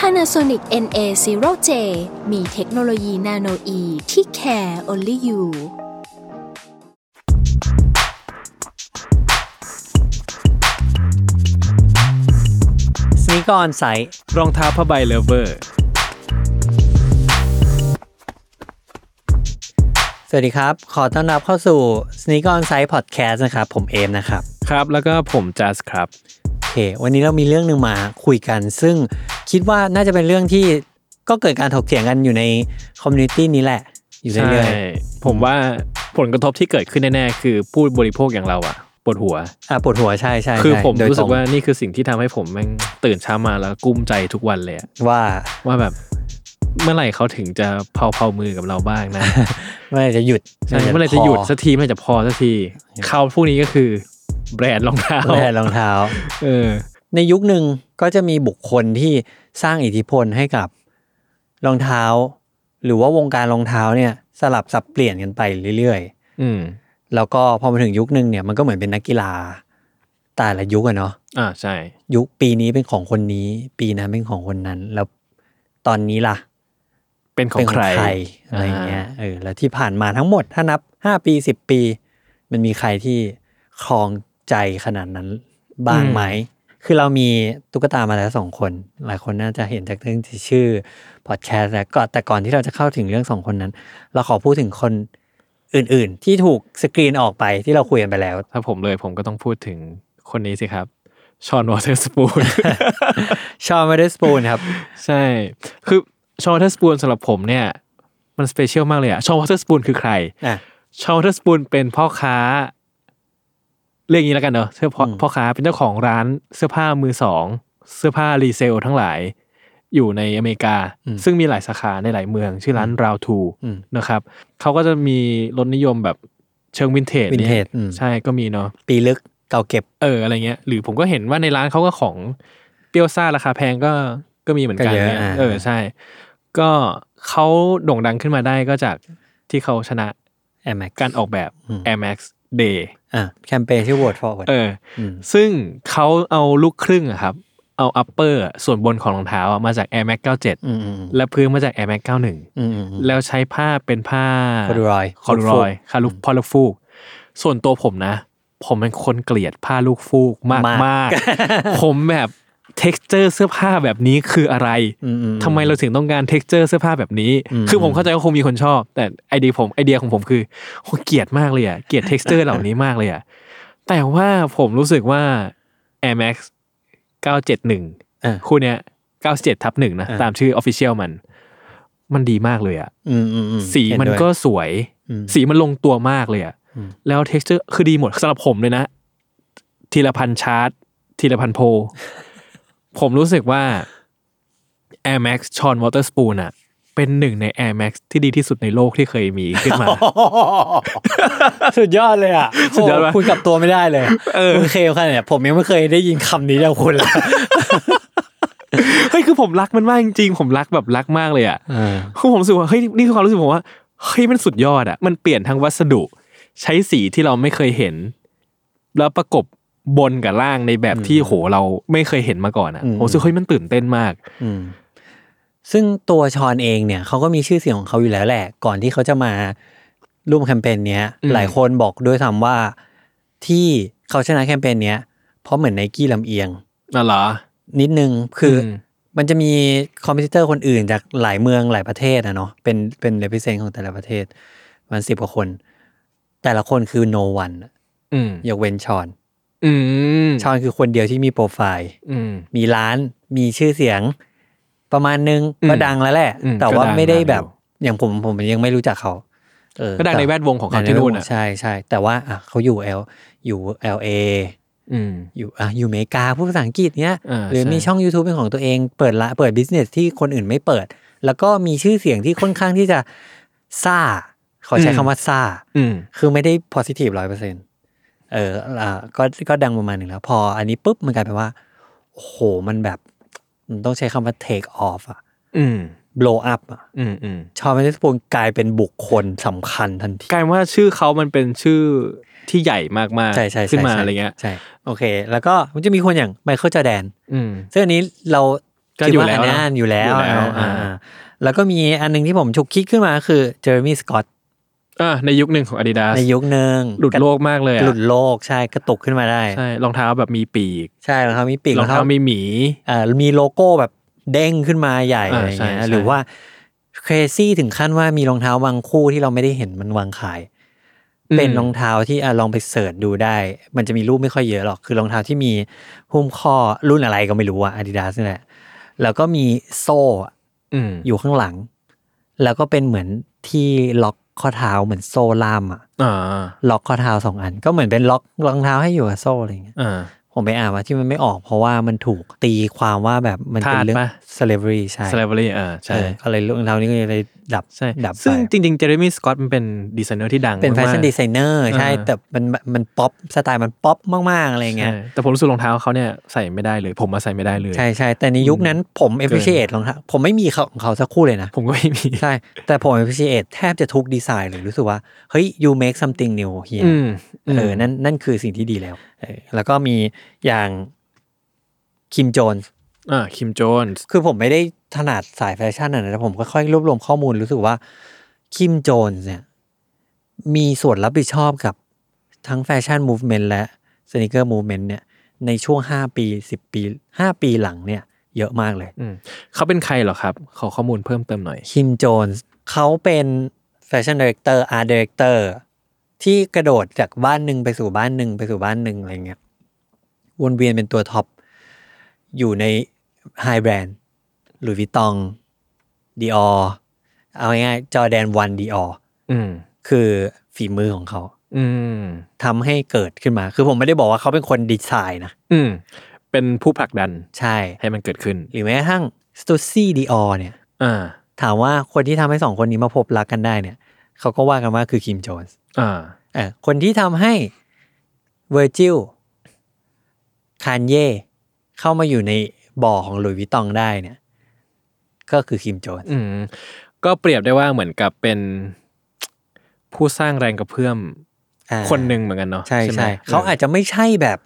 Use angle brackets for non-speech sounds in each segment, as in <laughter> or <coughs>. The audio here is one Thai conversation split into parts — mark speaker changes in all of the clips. Speaker 1: Panasonic NA0J มีเทคโนโลยีนาโนอีที่ care only you
Speaker 2: สนิกออนไซต์
Speaker 3: รองเท้าผ้าใบเลเวอร์
Speaker 2: สวัสดีครับ ขอต้อนรับเข้าสู่ Sneak On Site Podcast นะครับ ผมเอมนะครับ
Speaker 3: ครับ แล้วก็ผมจัสครับ
Speaker 2: โอเค วันนี้เรามีเรื่องหนึ่งมาคุยกัน ซึ่งคิดว่าน่าจะเป็นเรื่องที่ก็เกิดการถกเถียงกันอยู่ในคอมมูนิตี้นี้แหละ อยู่
Speaker 3: ใช่
Speaker 2: เรื่อย
Speaker 3: ผมว่าผลกระทบที่เกิดขึ้นแน่ๆ คือผู้บริโภคอย่างเราอะปวดหัว
Speaker 2: ๆอ่ะปวดหัวใช่ใช่
Speaker 3: คือ
Speaker 2: ใช่
Speaker 3: ผม
Speaker 2: โดย
Speaker 3: รู้สึ
Speaker 2: ต
Speaker 3: กว่านี่คือสิ่งที่ทำให้ผมแม่งตื่นเช้ามาแล้วกุ้มใจทุกวันเลยอะ
Speaker 2: ว่า
Speaker 3: ว่าแบบเมื่อไหร่เขาถึงจะเผาเผาๆมือกับเราบ้างนะ
Speaker 2: เมื่อไหร่จะหยุด
Speaker 3: <laughs> ใช่เมื่อไหร่จะหยุดสักทีเมื่อไหร่จะพอสักทีเขาพวกนี้ก็คือแบรนด์รองเท้า
Speaker 2: เมื่อไหร่รองเท้า
Speaker 3: เออ
Speaker 2: ในยุคหนึ่งก็จะมีบุคคลที่สร้างอิทธิพลให้กับรองเท้า หรือว่าวงการรองเท้าเนี่ยสลับสับเปลี่ยนกันไปเรื่อยๆ
Speaker 3: อืม
Speaker 2: แล้วก็พอมาถึงยุคหนึ่งเนี่ยมันก็เหมือนเป็นนักกีฬาแต่ละยุคอะเนาะ
Speaker 3: อ่าใช่
Speaker 2: ยุคปีนี้เป็นของคนนี้ ปีนั้นเป็นของคนนั้น แล้วตอนนี้ล่ะ
Speaker 3: เป็นของ
Speaker 2: เป็น
Speaker 3: ใคร
Speaker 2: อะไรอย่างเงี้ยเออแล้วที่ผ่านมาทั้งหมดถ้านับห้าปีสิบปี มันมีใครที่ครองใจขนาดนั้นบ้างไหม คือเรามีตุ๊กตามาแล้วสองคน หลายคนน่าจะเห็นจากเรื่องที่ชื่อพอดแคสต์แล้วก็แต่ก่อนที่เราจะเข้าถึงเรื่องสองคนนั้น เราขอพูดถึงคนอื่น ๆ ที่ถูกสกรีนออกไปที่เราคุยกันไปแล้ว
Speaker 3: ถ้าผมเลยผมก็ต้องพูดถึงคนนี้สิครับชอนวอเตอร์สปู <laughs> น
Speaker 2: ชอนไม่ได้สปูนครับ
Speaker 3: ใช่ คือชอ t เทอร์สปูนสำหรับผมเนี่ย มันสเปเชียลมากเลยอะชอ t เทอร์สปูนคือใคร
Speaker 2: อ่ะ
Speaker 3: <laughs> ชอ t เทอร์สปูนเป็นพ่อค้า เรียกอย่างนี้แล้วกันเนอะเสื้อพ่อ
Speaker 2: อืม
Speaker 3: พ่อค้าเป็นเจ้าของร้านเสื้อผ้ามือสอง เสื้อผ้ารีเซลทั้งหลาย อยู่ในอเมริกา ซึ่งมีหลายสาขาในหลายเมือง ชื่อร้านราวทู
Speaker 2: อืม
Speaker 3: นะครับ เขาก็จะมีรถนิยมแบบเชิงวินเทจ
Speaker 2: วินเทจ
Speaker 3: ย
Speaker 2: อืม
Speaker 3: ใช่ก็มีเนาะ
Speaker 2: ปีลึกเก่าเก็บ
Speaker 3: เอออะไรเงี้ยหรือผมก็เห็นว่าในร้านเขาก็ของเปรี้ยวซ่าราคาแพงก็ก็มีเหมือนกันเนี่ยเออใช่ ก็เขาโด่งดังขึ้นมาได้ก็จากที่เขาชนะ
Speaker 2: แอมแม็ก
Speaker 3: การออกแบบ Air Max Day
Speaker 2: อ่ะแคมเปญที่ Word Forward
Speaker 3: เอออซึ่งเขาเอาลูกครึ่งอะครับ เอา upper อะส่วนบนของรองเท้าอะมาจาก Air Max
Speaker 2: อืม
Speaker 3: 97
Speaker 2: อืม
Speaker 3: และพื้นมาจาก Air Max
Speaker 2: อ
Speaker 3: 91
Speaker 2: ืมอืม
Speaker 3: แล้วใช้ผ้าเป็นผ้า
Speaker 2: Corduroy
Speaker 3: คอร์ดรอย
Speaker 2: ลูกฟูก
Speaker 3: คาลูกพอลูกฟูก ส่วนตัวผมนะ ผมเป็นคนเกลียดผ้าลูกฟูกมาก
Speaker 2: มาก
Speaker 3: ม <laughs> ากผมแบบ t e x t อร์เสื้อผ้าแบบนี้คืออะไร
Speaker 2: อืมอืม
Speaker 3: ทำไมเราถึงต้องการ t e x t อร์เสื้อผ้าแบบนี้ คือผมเข้าใจว่าคงมีคนชอบ แต่ไอเดียผมไอเดียของผมคือผมเกลียดมากเลยอ่ะเกลียด t e x t อร์เหล่านี้มากเลยอ่ะแต่ว่าผมรู้สึกว่า Air Max
Speaker 2: เออ
Speaker 3: 971 คู่เนี้ย97ทับหนึ่งนะ
Speaker 2: เออ
Speaker 3: ตามชื่อ Official มัน มันดีมากเลยอ่ะ
Speaker 2: อืมอืมอื
Speaker 3: สี
Speaker 2: เห็
Speaker 3: มัน
Speaker 2: ด้วย
Speaker 3: ก็สวย
Speaker 2: อืม
Speaker 3: สีมันลงตัวมากเลยอะ
Speaker 2: อืม
Speaker 3: แล้วเท็กซ์เจอร์คือดีหมดสำหรับผมเลยนะ ทีละพันชาร์ตทีละพันโพล <laughs> ผมรู้สึกว่า Air Max ชอนวอเตอร์สปูนอะเป็นหนึ่งใน Air Max ที่ดีที่สุดในโลกที่เคยมีขึ้นมา
Speaker 2: <laughs> สุดยอดเลยอ่ะ
Speaker 3: <laughs> สุดยอดปะ
Speaker 2: โโหคุยกับตัวไม่ได้เลย
Speaker 3: เออ
Speaker 2: คุณเคลขนาดเนี้ยผมยังไม่เคยได้ยินคำนี้จากคุณเลย
Speaker 3: เฮ้ย คือผมรักมันมากจริงๆ ผมรักแบบรักมากเลยอะคือผมรู้สึกว่าเฮ้ยนี่คือความรู้สึกผมว่าเฮ้ยมันสุดยอดอะมันเปลี่ยนทั้งวัสดุ ใช้สีที่เราไม่เคยเห็น แล้วประกบบนกับล่างในแบบที่โหเราไม่เคยเห็นมาก่อนอะผมรู้สึกเฮ้ยมันตื่นเต้นมาก
Speaker 2: อืมซึ่งตัวชอนเองเนี่ยเขาก็มีชื่อเสียงของเขาอยู่แล้วแหละ ก่อนที่เขาจะมาร่วมแคมเปญเนี้ย
Speaker 3: อืม
Speaker 2: หลายคนบอกด้วยซ้ำว่าที่เขาชนะแคมเปญเนี้ยเพราะเหมือนไนกี้ลำเอียง
Speaker 3: น่ะเหรอ
Speaker 2: นิดนึงคืออ
Speaker 3: ม
Speaker 2: มันจะมีคอมเพติเตอร์คนอื่นจากหลายเมืองหลายประเทศนะเนาะเป็นเป็นเลพิเซนของแต่ละประเทศมันสิบกว่าคน แต่ละคนคือ no one อะ
Speaker 3: อืม
Speaker 2: ยกเว้นชอน
Speaker 3: อืม
Speaker 2: ชอนคือคนเดียวที่มีโปรไฟล์
Speaker 3: อืม
Speaker 2: มีร้านมีชื่อเสียง ประมาณนึง
Speaker 3: อืม
Speaker 2: ก็ดังแล้วแหละ
Speaker 3: อืม
Speaker 2: แต่ว่า
Speaker 3: ก็ดัง
Speaker 2: ไม่ได้แบบ
Speaker 3: ดังอยู่
Speaker 2: อย่างผมผมยังไม่รู้จักเขาเออ
Speaker 3: ก็ดังในแวดวงของเขา
Speaker 2: ใน
Speaker 3: ที่นู่น
Speaker 2: แวดว
Speaker 3: อะ
Speaker 2: งใช่ใช่แต่ว่าอ่ะเขาอยู่เอลอยู่เอลเอ
Speaker 3: อืม
Speaker 2: อยู่อ่ะอยู่อเมริกาพูดภาษาอังกฤษเนี้ย
Speaker 3: อ่า
Speaker 2: หรือ
Speaker 3: ใช่
Speaker 2: มีช่อง YouTube เป็นของตัวเองเปิดละเปิดบิสเนสที่คนอื่นไม่เปิด แล้วก็มีชื่อเสียงที่ค่อนข้างที่จะซ่า ขอใช้คำว่าซ่า
Speaker 3: อืม
Speaker 2: คือไม่ได้ positive ร้อยเปอร์เซ็นเอออ่าก็ก็ดังประมาณหนึ่งแล้ว พออันนี้ปุ๊บมันกลายเป็นว่า โอ้โห มันแบบ มันต้องใช้คำว่า take off อะ
Speaker 3: อืม
Speaker 2: blow up อะ
Speaker 3: อืมอืม
Speaker 2: ชอว์แมนเดสปูนกลายเป็นบุคคลสำคัญทันที
Speaker 3: กลายเป็นว่าชื่อเขามันเป็นชื่อที่ใหญ่มากๆ
Speaker 2: ใช่ใช่ใช่
Speaker 3: ขึ้นมา
Speaker 2: ใช่
Speaker 3: อะไรเงี้ย
Speaker 2: ใช่ โอเค แล้วก็มันจะมีคนอย่างไมเคิลจอแดน
Speaker 3: อืม
Speaker 2: ซึ่งอันนี้เรา
Speaker 3: ก็อยู่
Speaker 2: คิดา
Speaker 3: แล้ว
Speaker 2: อันนั้นอยู่แล้ว
Speaker 3: อยู่แล้ว
Speaker 2: อ่า
Speaker 3: อ่า
Speaker 2: แล้วก็มีอันหนึงที่ผมฉุกคิดขึ้นมาคือเจอร์มี่สกอต
Speaker 3: อ่าในยุคหนึ่งของ Adidas
Speaker 2: ในยุคหนึ่ง
Speaker 3: หลุดโลกมากเลยอะ
Speaker 2: หลุดโลกใช่กระตุกขึ้นมาได้
Speaker 3: ใช่รองเท้าแบบมีปีก
Speaker 2: ใช่รองเท้ามีปีก
Speaker 3: รองเท้ามีหมี
Speaker 2: เอ่อมีโลโก้แบบเด้งขึ้นมาใหญ่
Speaker 3: อ่า
Speaker 2: อะไรเงี้
Speaker 3: ใช่
Speaker 2: ย
Speaker 3: ใช่
Speaker 2: หรือว่าเครซี่ถึงขั้นว่ามีรองเท้าบางคู่ที่เราไม่ได้เห็นมันวางขาย เป็นรองเท้าที่อ่ะลองไปเสิร์ชดูได้ มันจะมีรูปไม่ค่อยเยอะหรอก คือรองเท้าที่มีหุ้มข้อรุ่นอะไรก็ไม่รู้อะอาดิดาสนี่แหละ แล้วก็มีโซ่
Speaker 3: อืม
Speaker 2: อยู่ข้างหลัง แล้วก็เป็นเหมือนที่ล็อกข้อเท้าเหมือนโซ่ล่ามอะ
Speaker 3: อ่า
Speaker 2: ล็อกข้อเท้าสองอัน ก็เหมือนเป็นล็อกรองเท้าให้อยู่กับโซ่อะไรอย่างเงี้ย
Speaker 3: อ่า
Speaker 2: ผมไปอ่านว่าที่มันไม่ออกเพราะว่ามันถูกตีความว่าแบบมันเป็นเรื่อง
Speaker 3: ทาสปะ
Speaker 2: slavery ใช่
Speaker 3: สไลเบอรี่อ่า
Speaker 2: เอ
Speaker 3: ใช่
Speaker 2: อก็เลยรองเท้านี้ก็เลยดับ
Speaker 3: ใช่
Speaker 2: ดับไป
Speaker 3: ซึ่งจริงๆเจอร์มี่สกอตมันเป็นดีไซเนอร์ที่ดัง
Speaker 2: เป็นแฟชั่น
Speaker 3: มากๆ
Speaker 2: ดีไซเนอร์ใช่
Speaker 3: อ่า
Speaker 2: แต่มันมันป๊อปสไตล์มันป๊อปมาก ๆ อะไรเงี้ย
Speaker 3: ใช่แต่ผมรู้สึกรองเท้าเขาเนี่ยใส่ไม่ได้เลย ผมมาใส่ไม่ได้เลย
Speaker 2: ใช่ใช่แต่ในยุคนั้นผม appreciate รองเท้าผมไม่มีของเขาสักคู่เลยนะ
Speaker 3: ผมก็ไม่มี
Speaker 2: ใช่ แต่ผม appreciate แทบจะทุกดีไซน์เลยรู้สึกว่า เฮ้ย you make something new here
Speaker 3: อืมม
Speaker 2: เออนั่นนั่นคือสิ่งที่ดีแล้วเออแล้วก็มีอย่างคิมโจน
Speaker 3: อ่าคิมโจนส์
Speaker 2: คือผมไม่ได้ถนัดสายแฟชั่นอะนะแต่ผมค่อยๆรวบรวมข้อมูลรู้สึกว่าคิมโจนส์เนี่ย มีส่วนรับผิดชอบกับทั้งแฟชั่นมูฟเมนต์และสนิเกอร์มูฟเมนต์เนี่ย ในช่วง 5 ปี 10 ปี 5 ปีหลังเนี่ย เยอะมากเลย
Speaker 3: อืมเขาเป็นใครเหรอครับ ขอข้อมูลเพิ่มเติมหน่อย
Speaker 2: คิมโจนส์เขาเป็นแฟชั่นดี r e เตอร์อาร์ดีเรเตอร์ที่กระโดดจากบ้านหนึ่งไปสู่บ้านหนึ่งไปสู่บ้านหนึ่งอะไรเงี้ยวนเวียนเป็นตัวท็อป อยู่ในไฮแบรนด์หลุยส์วิตองดีออเอาง่ายๆจอแดนวันดีออ
Speaker 3: อืม
Speaker 2: คือฝีมือของเขา
Speaker 3: อืม
Speaker 2: ทำให้เกิดขึ้นมา คือผมไม่ได้บอกว่าเขาเป็นคนดีไซน์นะ
Speaker 3: อืม เป็นผู้ผลักดัน
Speaker 2: ใช่
Speaker 3: ให้มันเกิดขึ้น
Speaker 2: หรือแม้กระทั่งสตูซี่ดีออเนี่ย
Speaker 3: อ่า
Speaker 2: ถามว่าคนที่ทำให้สองคนนี้มาพบรักกันได้เนี่ย เขาก็ว่ากันว่าคือคิมโจนส์
Speaker 3: อ่า
Speaker 2: เออคนที่ทำให้เวอร์จิลคานเย่เข้ามาอยู่ในบ่อของหลุยส์วิตองได้เนี่ย ก็คือคิมโจนส์
Speaker 3: อืม ก็เปรียบได้ว่าเหมือนกับเป็น ผู้สร้างแรงกระเพื่อม
Speaker 2: อ่า
Speaker 3: คนหนึ่งเหมือนกันเนาะ
Speaker 2: ใช่
Speaker 3: ไหม
Speaker 2: ใช่เขาอาจจะไม่ใช่แบบ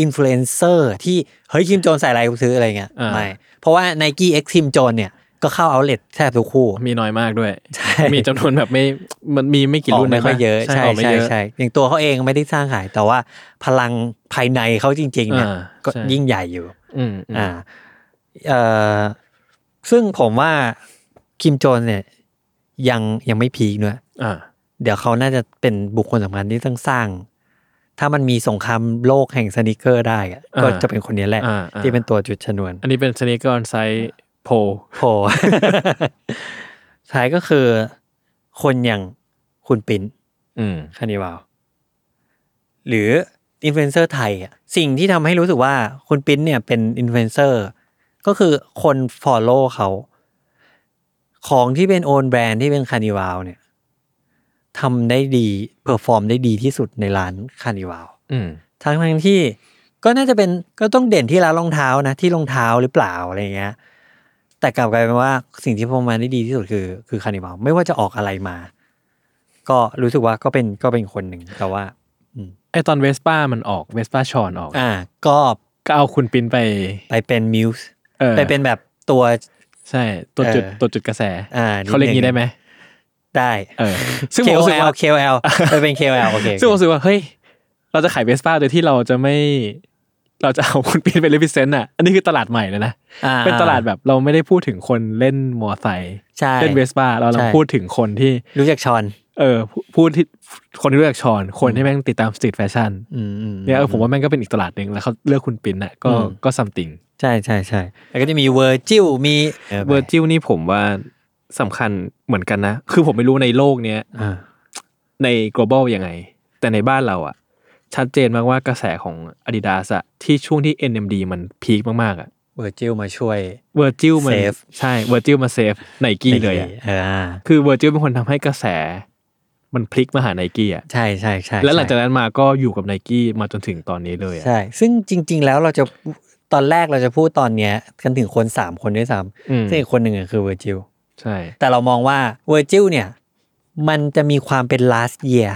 Speaker 2: อินฟลูเอนเซอร์ที่เฮ้ยคิมโจนใส่อะไรกูซื้ออะไรเงี้ย
Speaker 3: า
Speaker 2: ไม่ เพราะว่า n i กี้เอ็กซ์คิมโจนเนี่ย ก็เข้าเอาเลทแทบทุกคู่
Speaker 3: มีน้อยมากด้วย
Speaker 2: ใช่
Speaker 3: มีจำนวนแบบไม่ มันมีไม่กี่
Speaker 2: ออ
Speaker 3: รุ่
Speaker 2: ก
Speaker 3: น
Speaker 2: ไม่ค่อยเยอะ
Speaker 3: ใช่
Speaker 2: ใช่
Speaker 3: ออกไม่
Speaker 2: ใช่
Speaker 3: เยอะ
Speaker 2: ใช่อย่างตัวเขาเองไม่ได้สร้างขาย แต่ว่าพลังภายในเขาจริง ๆ เนี่ย
Speaker 3: อ่า
Speaker 2: ก็
Speaker 3: ใช่
Speaker 2: ยิ่งใหญ่อยู่
Speaker 3: อืมอื
Speaker 2: อ่าม เอ่อซึ่งผมว่าคิมโจนเนี่ย ยังยังไม่พีคด้วย
Speaker 3: อ่า
Speaker 2: เดี๋ยวเขาน่าจะเป็นบุคคลสำคัญที่ต้องสร้าง ถ้ามันมีสงครามโลกแห่งสนิเกอร์ได้อะ
Speaker 3: อ่า
Speaker 2: ก็จะเป็นคนนี้แหละ
Speaker 3: อ่าอ่า
Speaker 2: ที่เป็นตัวจุดชนวน
Speaker 3: อันนี้เป็นสเนกออนไซโพ
Speaker 2: โผ <laughs> ล่ ท้ายก็คือคนอย่างคุณปิน
Speaker 3: อืม
Speaker 2: คานิวาวหรืออินฟลูเอนเซอร์ไทยอะสิ่งที่ทำให้รู้สึกว่าคุณปินเนี่ยเป็นอินฟลูเอนเซอร์ก็คือคนฟอลโล่เขา ของที่เป็นโอนแบรนด์ที่เป็นคานิวาวเนี่ยทำได้ดีเพอร์ฟอร์มได้ดีที่สุดในร้านคานิวาว
Speaker 3: อืม
Speaker 2: ทั้งทั้งที่ก็น่าจะเป็นก็ต้องเด่นที่ร้านรองเท้านะที่รองเท้าหรือเปล่าอะไรเงี้ยแต่กลับกลายเป็นว่าสิ่งที่ประมาณได้ดีที่สุดคือคือคานิบาลไม่ว่าจะออกอะไรมา ก็รู้สึกว่าก็เป็นก็เป็นคนหนึ่งแต่ว่า
Speaker 3: ไอตอนเวสป้ามันออกเวสป้าชอนออก
Speaker 2: อ่า ก็
Speaker 3: ก็เอาคุณปินไป
Speaker 2: ไปเป็นมิวส์
Speaker 3: เออ
Speaker 2: ไปเป็นแบบตัว
Speaker 3: ใช่ ตัวจุด
Speaker 2: เออ
Speaker 3: ตัวจุดกระแส
Speaker 2: อ่า
Speaker 3: เขาเรียก
Speaker 2: นิดนึง
Speaker 3: งี้ได้ไหม
Speaker 2: ได้
Speaker 3: เออ ซึ่งผมรู้สึก
Speaker 2: KOL
Speaker 3: ว่า
Speaker 2: KOL ไปเป็น KOL โอเค
Speaker 3: <laughs> ซึ่งผมรู้สึกว่า เฮ้ย เราจะขายเวสป้าโดยที่เราจะไม่ เราจะเอาคุณปินไปเลพิเซนต์อ่ะ อันนี้คือตลาดใหม่เลยนะ
Speaker 2: อ่
Speaker 3: เป็นตลาดแบบเราไม่ได้พูดถึงคนเล่นมอไซค์
Speaker 2: ใช่
Speaker 3: เล่นเวสป้าเรากำลัง
Speaker 2: ใช่
Speaker 3: พูดถึงคนที่
Speaker 2: รู้จักชอน
Speaker 3: เออพูพูดที่คนที่รู้จักชอน คนที่แม่งติดตามสตรีทแฟชั่น
Speaker 2: อืมอืม
Speaker 3: เนี่ยเออผมว่าแม่งก็เป็นอีกตลาดหนึ่งแล้วเขาเลือกคุณปินอ่ะก็
Speaker 2: อืม
Speaker 3: ก็ซัมติง
Speaker 2: ใช่ใช่ใช่แล้วก็จะมีเวอร์จิลมี
Speaker 3: เวอร์จิลนี่ผมว่าสำคัญเหมือนกันนะ คือผมไม่รู้ในโลกเนี้ย
Speaker 2: อ่า
Speaker 3: ใน global ยังไง แต่ในบ้านเราอะชัดเจนมากว่ากระแสของ Adidas อะที่ช่วงที่ NMD มันพีคมากๆอะ
Speaker 2: เวอร์จิลมาช่วย
Speaker 3: เวอร์จิลมัน
Speaker 2: Save
Speaker 3: ใช่เวอร์จิลมาเซฟไนกี้เลยอะ
Speaker 2: เอออ่า
Speaker 3: คือเวอร์จิลเป็นคนทำให้กระแส มันพลิกมาหาไนกี้อ่ะ
Speaker 2: ใช่ใช่ใช่
Speaker 3: แล้วหลังจากนั้นมาก็อยู่กับไนกี้มาจนถึงตอนนี้เลยอะ
Speaker 2: ใช่ ซึ่งจริง ๆ แล้วเราจะตอนแรกเราจะพูดตอนเนี้ยกันถึงคน 3 คนด้วยซ้
Speaker 3: อืม
Speaker 2: ำซึ่งอีกคนหนึ่งอะคือเวอร์จิล
Speaker 3: ใช่
Speaker 2: แต่เรามองว่าเวอร์จิลเนี่ย มันจะมีความเป็น last year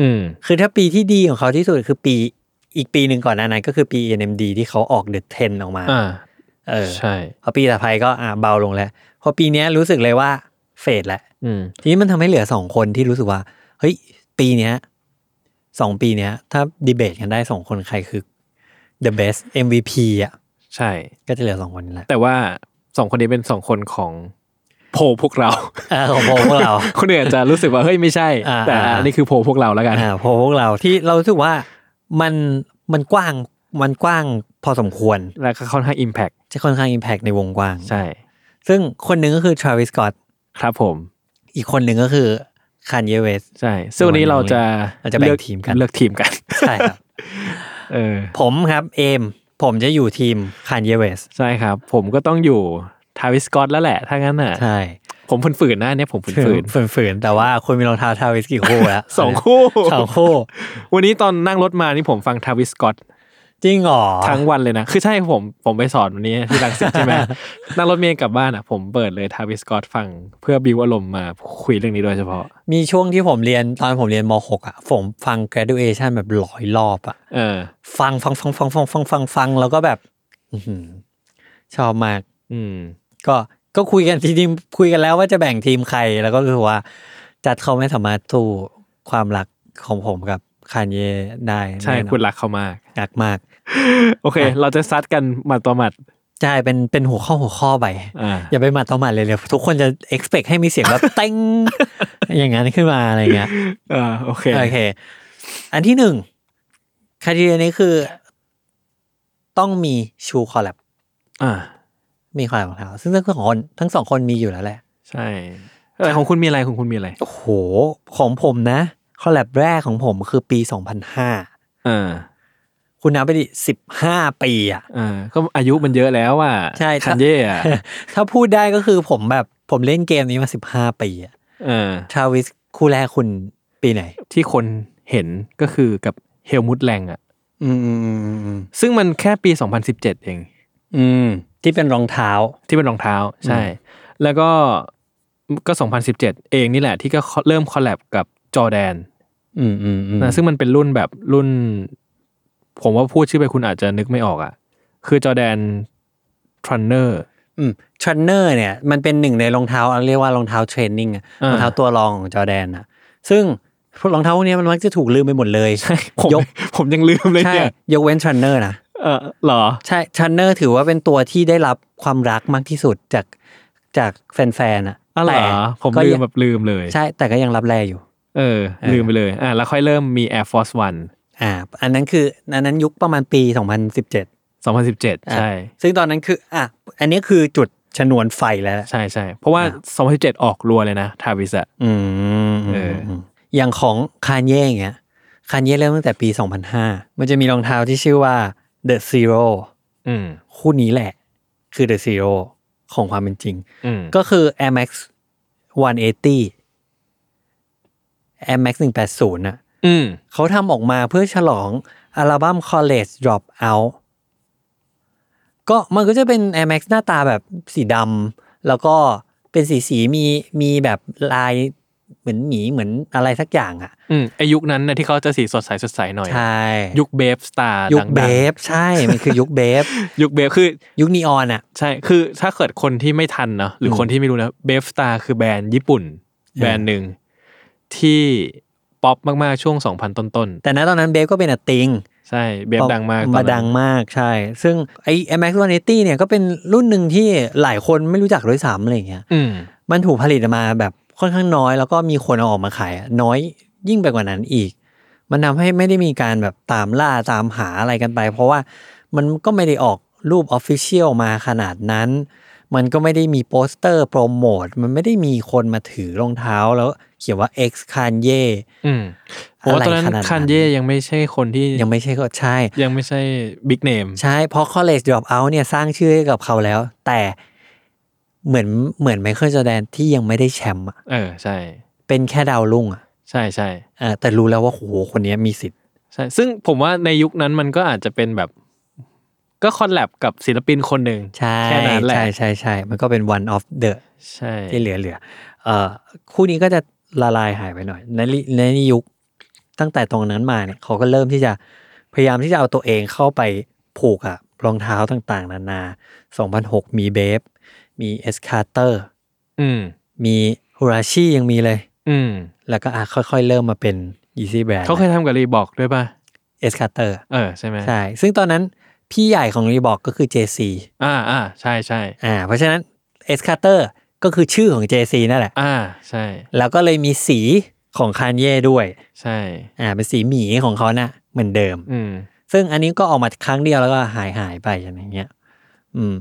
Speaker 3: อืม
Speaker 2: คือถ้าปีที่ดีของเขาที่สุดคือปีอีกปีหนึ่งก่อนหนานั้นก็คือปี NMD ที่เขาออก The Ten ออกมา
Speaker 3: อ่า
Speaker 2: เออ
Speaker 3: ใช่
Speaker 2: พอปีต่อไปก็อ่าเบาลงแล้ว พอปีเนี้ยรู้สึกเลยว่าเฟดแล้ว
Speaker 3: อืม
Speaker 2: ทีนี้มันทำให้เหลือสองคนที่รู้สึกว่า เฮ้ย ปีเนี้ยสองปีเนี้ย ถ้าดีเบตกันได้สองคนใครคือ the best MVP อ่ะ
Speaker 3: ใช่
Speaker 2: ก็จะเหลือสองคนนี้แหละ
Speaker 3: แต่ว่าสองคนนี้เป็นสองคนของโพลพวกเรา <laughs>
Speaker 2: เออของพวกเรา
Speaker 3: คนอื่นอาจจะรู้สึกว่าเฮ้ยไม่ใช่
Speaker 2: อ่า
Speaker 3: แต่
Speaker 2: อ่า
Speaker 3: อันนี่คือโพลพวกเราแล้วกัน
Speaker 2: <laughs> อ่าพอพวกเราที่เรารู้สึกว่ามันมันกว้างมันกว้างพอสมควร
Speaker 3: แล้วก็ค่อนข้างอิมแพ t
Speaker 2: จะค่อนข้าง impact ในวงกว้าง
Speaker 3: ใช่
Speaker 2: ซึ่งคนหนึ่งก็คือ Travis Scott
Speaker 3: ครับผม อี
Speaker 2: อีกคนหนึ่งก็คือ Kanye West
Speaker 3: ใช่ซึ่งวันนี้เราจะ
Speaker 2: เราจะแบ่ง
Speaker 3: ลือ
Speaker 2: ทีมกัน
Speaker 3: เลือกทีมกัน
Speaker 2: ใช่ครับ
Speaker 3: เออ
Speaker 2: <laughs> ผมครับเอมผมจะอยู่ทีม Kanye West
Speaker 3: ใช่ครับ ผมก็ต้องอยู่ทาวิสกอตแล้วแหละ ถ้างั้นน่ะ
Speaker 2: ใช่
Speaker 3: ผมฝืนฝืนๆนะเนี่ยผมฝืนฝืน
Speaker 2: ฝืนฝืนๆแต่ว่าคุณมีรองเท้าท <laughs> าวิสกี่คู่แล้ว
Speaker 3: สองคู่
Speaker 2: สองคู่
Speaker 3: วันนี้ตอนนั่งรถมานี่ผมฟังทาวิสกอต
Speaker 2: จริงเหรอ
Speaker 3: ทั้งวันเลยนะ คือใช่ผมผมไปสอนวันนี้ที่รังสิตใช่ <laughs> ไหม นั่งรถเมล์กลับบ้านอ่ะ ผมเปิดเลยทาวิสกอตฟังเพื่อบิวอารมณ์มาคุยเรื่องนี้โดยเฉพาะ
Speaker 2: มีช่วงที่ผมเรียนตอนผมเรียนม .6 อ่ะ ผมฟัง graduation แบบร้อยรอบอ่ะ
Speaker 3: เออ
Speaker 2: ฟังฟังฟังฟังฟังฟังฟังฟังแล้วก็แบบ อื้อหือชอบมาก
Speaker 3: อืม
Speaker 2: ก็ก็คุยกันทีมคุยกันแล้วว่าจะแบ่งทีมใครแล้วก็รู้สึกว่า จัดเขาไม่สามารถสู้ความรักของผมกับคานเยได้
Speaker 3: ใช่
Speaker 2: แน่นอน
Speaker 3: คุณรักเขามาก
Speaker 2: รักมาก
Speaker 3: โอเค เราจะซัดกันหมัดต่อหมัด
Speaker 2: ใช่เป็นเป็นหัวข้อหัวข้อไป
Speaker 3: อ่า
Speaker 2: อย่าไปหมัดต่อหมัดเลยเดี๋ยวทุกคนจะ expect ให้มีเสียงแบบ <laughs> เต้งอย่างนั้นขึ้นมาอะไรเงี้ย
Speaker 3: เออโอเค
Speaker 2: โอเค อันที่หนึ่งคดีนี้คือ ต้องมีชูคอลแลบ
Speaker 3: อ่า
Speaker 2: มีคอลแลบของเขาซึ่งทั้งสองคนทั้งสองคนมีอยู่แล้วแหละ
Speaker 3: ใช่อะไรของคุณมีอะไรของคุณมีอะไร
Speaker 2: โอ้โห ของผมนะคอลแลบแรกของผมคือปี 2005
Speaker 3: อ่า
Speaker 2: คุณนับไปดิ15 ปีอ่ะ
Speaker 3: อ่าก็อายุมันเยอะแล้วอ่ะ
Speaker 2: ใช่ถ้า
Speaker 3: คันเย่อะ
Speaker 2: ถ้าพูดได้ก็คือผมแบบผมเล่นเกมนี้มา 15 ปีอ่ะ
Speaker 3: เออ
Speaker 2: ทราวิสคู่แรกคุณปีไหน
Speaker 3: <laughs> ที่คนเห็นก็คือกับเฮลมุตแรงอ่ะ
Speaker 2: อืมอืมอืมอืม
Speaker 3: ซึ่งมันแค่ปี 2017 เอง
Speaker 2: อืมที่เป็นรองเท้า
Speaker 3: ที่เป็นรองเท้า ใช่ แล้วก็ก็ 2017 เองนี่แหละ ที่ก็เริ่มคอลแลบกับจอร์แดน
Speaker 2: อืมอืมอืม
Speaker 3: นะซึ่งมันเป็นรุ่นแบบรุ่น ผมว่าพูดชื่อไปคุณอาจจะนึกไม่ออกอ่ะ คือจอร์แดนทรันเนอ
Speaker 2: <laughs>
Speaker 3: ร์
Speaker 2: อืมทรนเนอร์เนี่ยมันเป็นหนึ่งในรองเท้าเรียกว่ารองเท้าเทรนนิ่งอะ
Speaker 3: อ่าร ร
Speaker 2: องเท้าตัวรองของจอร์แดนอะซึ่งพวกรองเท้าพวกเนี้ยมันมักจะถูกลืมไปหมดเลย <laughs>
Speaker 3: ผม
Speaker 2: ยก
Speaker 3: ผมยังลืมเลย
Speaker 2: ใช่
Speaker 3: เนี่ย
Speaker 2: ยกเว้นทรนเนอร์นะ
Speaker 3: เออเหรอ
Speaker 2: ใช่ทรนเนอร์ถือว่าเป็นตัวที่ได้รับความรักมากที่สุดจากจากแฟนๆอะ
Speaker 3: อ๋อเหร
Speaker 2: แต่
Speaker 3: อผม
Speaker 2: ก็
Speaker 3: ลืม
Speaker 2: ยัง
Speaker 3: แบบลืมเลย
Speaker 2: ใช่แต่ก็ยังรับแลอยู่
Speaker 3: เออ
Speaker 2: เออ
Speaker 3: ลืมไปเลยอ่ะแล้วค่อยเริ่มมี Air Force One
Speaker 2: อ่า อันนั้นคืออันนั้นยุคประมาณปี 2017
Speaker 3: 2017 ใช่
Speaker 2: ซึ่งตอนนั้นคืออ่ะอันนี้คือจุดชนวนไฟแล้วแหละ
Speaker 3: ใช่ใช่เพราะว่า
Speaker 2: อ่
Speaker 3: 2017 ออกรัวเลยนะทาวิสอะ
Speaker 2: อืม
Speaker 3: เออ
Speaker 2: อย่างของคานเย่อย่างเงี้ยคานเย่เริ่มตั้งแต่ปี 2005 มันจะมีรองเท้าที่ชื่อว่า The Zero
Speaker 3: อืม
Speaker 2: คู่นี้แหละ คือ The Zero ของความเป็นจริง
Speaker 3: อืม
Speaker 2: ก็คือ Air Max 180 Air Max 180น่ะ
Speaker 3: อืม
Speaker 2: เขาทำออกมาเพื่อฉลองอัลบั้ม College Dropout ก็มันก็จะเป็น Air Max หน้าตาแบบสีดำแล้วก็เป็นสีสีๆมีมีแบบลายเหมือนหมีเหมือนอะไรสักอย่างอ่ะ
Speaker 3: อืมไอยุคนั้นนะที่เขาจะสีสดใสสดใสหน่อย
Speaker 2: ใช่
Speaker 3: ยุคเบฟสตาร์
Speaker 2: ยุคเบฟใช่ มันคือยุคเบฟ
Speaker 3: ยุคเบฟคือ
Speaker 2: ยุคนีออนอ่ะ
Speaker 3: ใช่ คือถ้าเกิดคนที่ไม่ทันเนาะหรืออ
Speaker 2: ม
Speaker 3: คนที่ไม่รู้นะเบฟสตาร์คือแบรนด์ญี่ปุ่น
Speaker 2: อ
Speaker 3: แบรนด์หนึ่งที่ป๊อปมาก ๆ ช่วง 2000 ต้น
Speaker 2: แต่ณตอนนั้นเบฟก็เป็นอะติง
Speaker 3: ๆ ใช่เบฟดังมากต
Speaker 2: มา
Speaker 3: อนนั้น
Speaker 2: ดังมากใช่ ซึ่งไอ้ m x 1 8 0เนี่ยก็เป็นรุ่นหนึ่งที่หลายคนไม่รู้จักด้วยซ้ำอะไรอย่างเงี้ย
Speaker 3: อืม
Speaker 2: มันถูกผลิตมาแบบค่อนข้างน้อยแล้วก็มีคนเอาออกมาขายน้อยยิ่งไปกว่านั้นอีก มันทำให้ไม่ได้มีการแบบตามล่าตามหาอะไรกันไป เพราะว่ามันก็ไม่ได้ออกรูปออฟฟิเชียลมาขนาดนั้น มันก็ไม่ได้มีโปสเตอร์โปรโมทมันไม่ได้มีคนมาถือรองเท้าแล้วเขียนว่า X Kanye
Speaker 3: อืมโอ้
Speaker 2: อะไร
Speaker 3: ตอน
Speaker 2: ข
Speaker 3: นั้น
Speaker 2: นาดนั้น
Speaker 3: คันเย่ยังไม่ใช่คนที่
Speaker 2: ยังไม่ใช่ก็ใช่
Speaker 3: ยังไม่ใช่บิ๊กเนม
Speaker 2: ใช่เพราะ college dropout เนี่ยสร้างชื่อให้กับเขาแล้ว แต่เหมือนเหมือนไมเคิลจอแดนที่ยังไม่ได้แชมป์อะ
Speaker 3: เออใช่
Speaker 2: เป็นแค่ดาวรุ่งอะ
Speaker 3: ใช่ใช่
Speaker 2: เออแต่รู้แล้วว่าโอ้โหคนเนี้ยมีสิทธิ์
Speaker 3: ใช่ ซึ่งผมว่าในยุคนั้นมันก็อาจจะเป็นแบบ ก็คอลแลบกับศิลปินคนหนึ่ง
Speaker 2: ใช่
Speaker 3: แค่นั้นแหละ
Speaker 2: ใช่ใช่ใช่มันก็เป็น one of the
Speaker 3: ใช่
Speaker 2: ที่เหลือเหลือเอ่อคู่นี้ก็จะละลายหายไปหน่อยในในยุคตั้งแต่ตรงนั้นมาเนี่ยเขาก็เริ่มที่จะพยายามที่จะเอาตัวเองเข้าไปผูกอะรองเท้าต่างๆ นานา 2006 มีเบฟมีเอสคาเตอร์
Speaker 3: อืม
Speaker 2: มีฮูราชิยังมีเลย
Speaker 3: อืม
Speaker 2: แล้วก็อ่ะค่อยๆ เริ่มมาเป็น Easy Brand
Speaker 3: เขาเคยทำกับรีบอกด้วยป่ะ
Speaker 2: เอสคาเตอร์
Speaker 3: เออใช่ไหม
Speaker 2: ใช่ ซึ่งตอนนั้นพี่ใหญ่ของรีบอกก็คือ JC
Speaker 3: อ่าอ่าใช่ใช่
Speaker 2: อ่าเพราะฉะนั้นเอสคาเตอร์ก็คือชื่อของ JC นั่นแหละ
Speaker 3: อ่าใช่
Speaker 2: แล้วก็เลยมีสีของคานเย่ด้วย
Speaker 3: ใช่
Speaker 2: อ่าเป็นสีหมีของเขาน่ะเหมือนเดิม
Speaker 3: อืม
Speaker 2: ซึ่งอันนี้ก็ออกมาครั้งเดียวแล้วก็หายหายไปอะไรเงี้ยอืม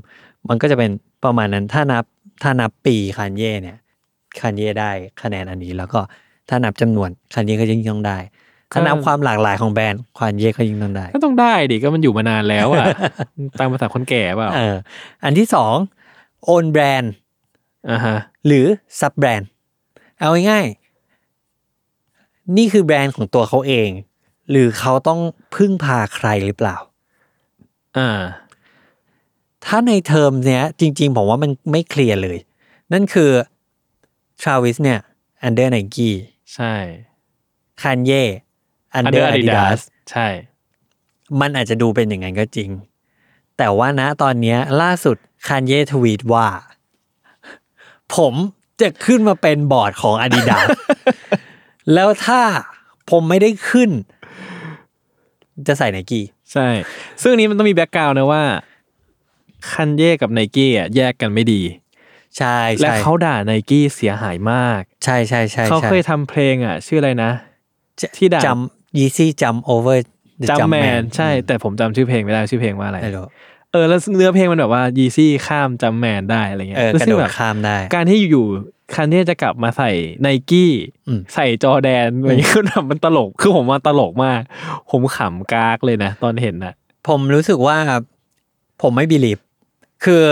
Speaker 2: มันก็จะเป็นประมาณนั้นถ้านับถ้านับปีคานเย่เนี่ยคานเย่ได้คะแนนอันนี้ แล้วก็ถ้านับจำนวนคานเย่ก็ยิ่งต้องได้ ถ้านับ
Speaker 3: ก็
Speaker 2: ความหลากหลายของแบรนด์คานเย่ก็ยิ่งต้องได้
Speaker 3: ก็ต้องได้ดิก็มันอยู่มานานแล้ว
Speaker 2: <laughs>
Speaker 3: อ่ะ ตามภาษาคนแก่เปล่า
Speaker 2: เอออันที่สองโอนแบรนด์
Speaker 3: อ่าฮะ
Speaker 2: หรือซับแบรนด์เอาง่ายๆนี่คือแบรนด์ของตัวเขาเอง หรือเขาต้องพึ่งพาใครหรือเปล่า
Speaker 3: อ่า
Speaker 2: ถ้าในเทอมเนี้ยจริง ๆ ผมว่ามันไม่เคลียร์เลย นั่นคือทราวิสเนี่ยอันเดอร์ไนกี้
Speaker 3: ใช่
Speaker 2: คานเย่อันเดอ
Speaker 3: Under
Speaker 2: ร์อาดิดาส
Speaker 3: Adidas ใช่
Speaker 2: มันอาจจะดูเป็นอย่างนั้นก็จริง แต่ว่านะตอนเนี้ยล่าสุดคานเย่ทวีตว่า ผมจะขึ้นมาเป็นบอร์ดของ Adidas <laughs> แล้วถ้าผมไม่ได้ขึ้น จะใส่ไนกี้
Speaker 3: ใช่ ซึ่งอันนี้มันต้องมีแบ็กกราวน์นะว่า คันเย่กับไนกี้อ่ะแยกกันไม่ดี
Speaker 2: ใช่
Speaker 3: และ
Speaker 2: ใช่
Speaker 3: เขาด่าไนกี้เสียหายมาก
Speaker 2: ใช่ใช่ใช่
Speaker 3: เขา
Speaker 2: ใช่
Speaker 3: เคยทำเพลงอ่ะ ชื่ออะไรนะ
Speaker 2: จะ
Speaker 3: ที่ด่า
Speaker 2: จำยีซี่จำโอเวอร์
Speaker 3: จำแมนใช่ แต่ผมจำชื่อเพลงไม่ได้ชื่อเพลงว่าอะไร
Speaker 2: ไม่รู้
Speaker 3: เออแล้วเนื้อเพลงมันแบบว่ายีซี่ข้ามจำแมนได้อะไรเงี้ย
Speaker 2: เออก
Speaker 3: แล้ว
Speaker 2: ระ
Speaker 3: ซึ่
Speaker 2: โด
Speaker 3: ง
Speaker 2: ด
Speaker 3: แบบ
Speaker 2: ข้ามได้
Speaker 3: การที่อยู่ๆคันเย่จะกลับมาใส่ไนกี้
Speaker 2: อืม
Speaker 3: ใส่จอแดนอะไรเงี้ย <laughs> แบบมันตลกคือผมว่าตลกมาก ผมขำกากเลยนะตอนเห็นนะ
Speaker 2: ผมรู้สึกว่าผมไม่บิลีฟคือ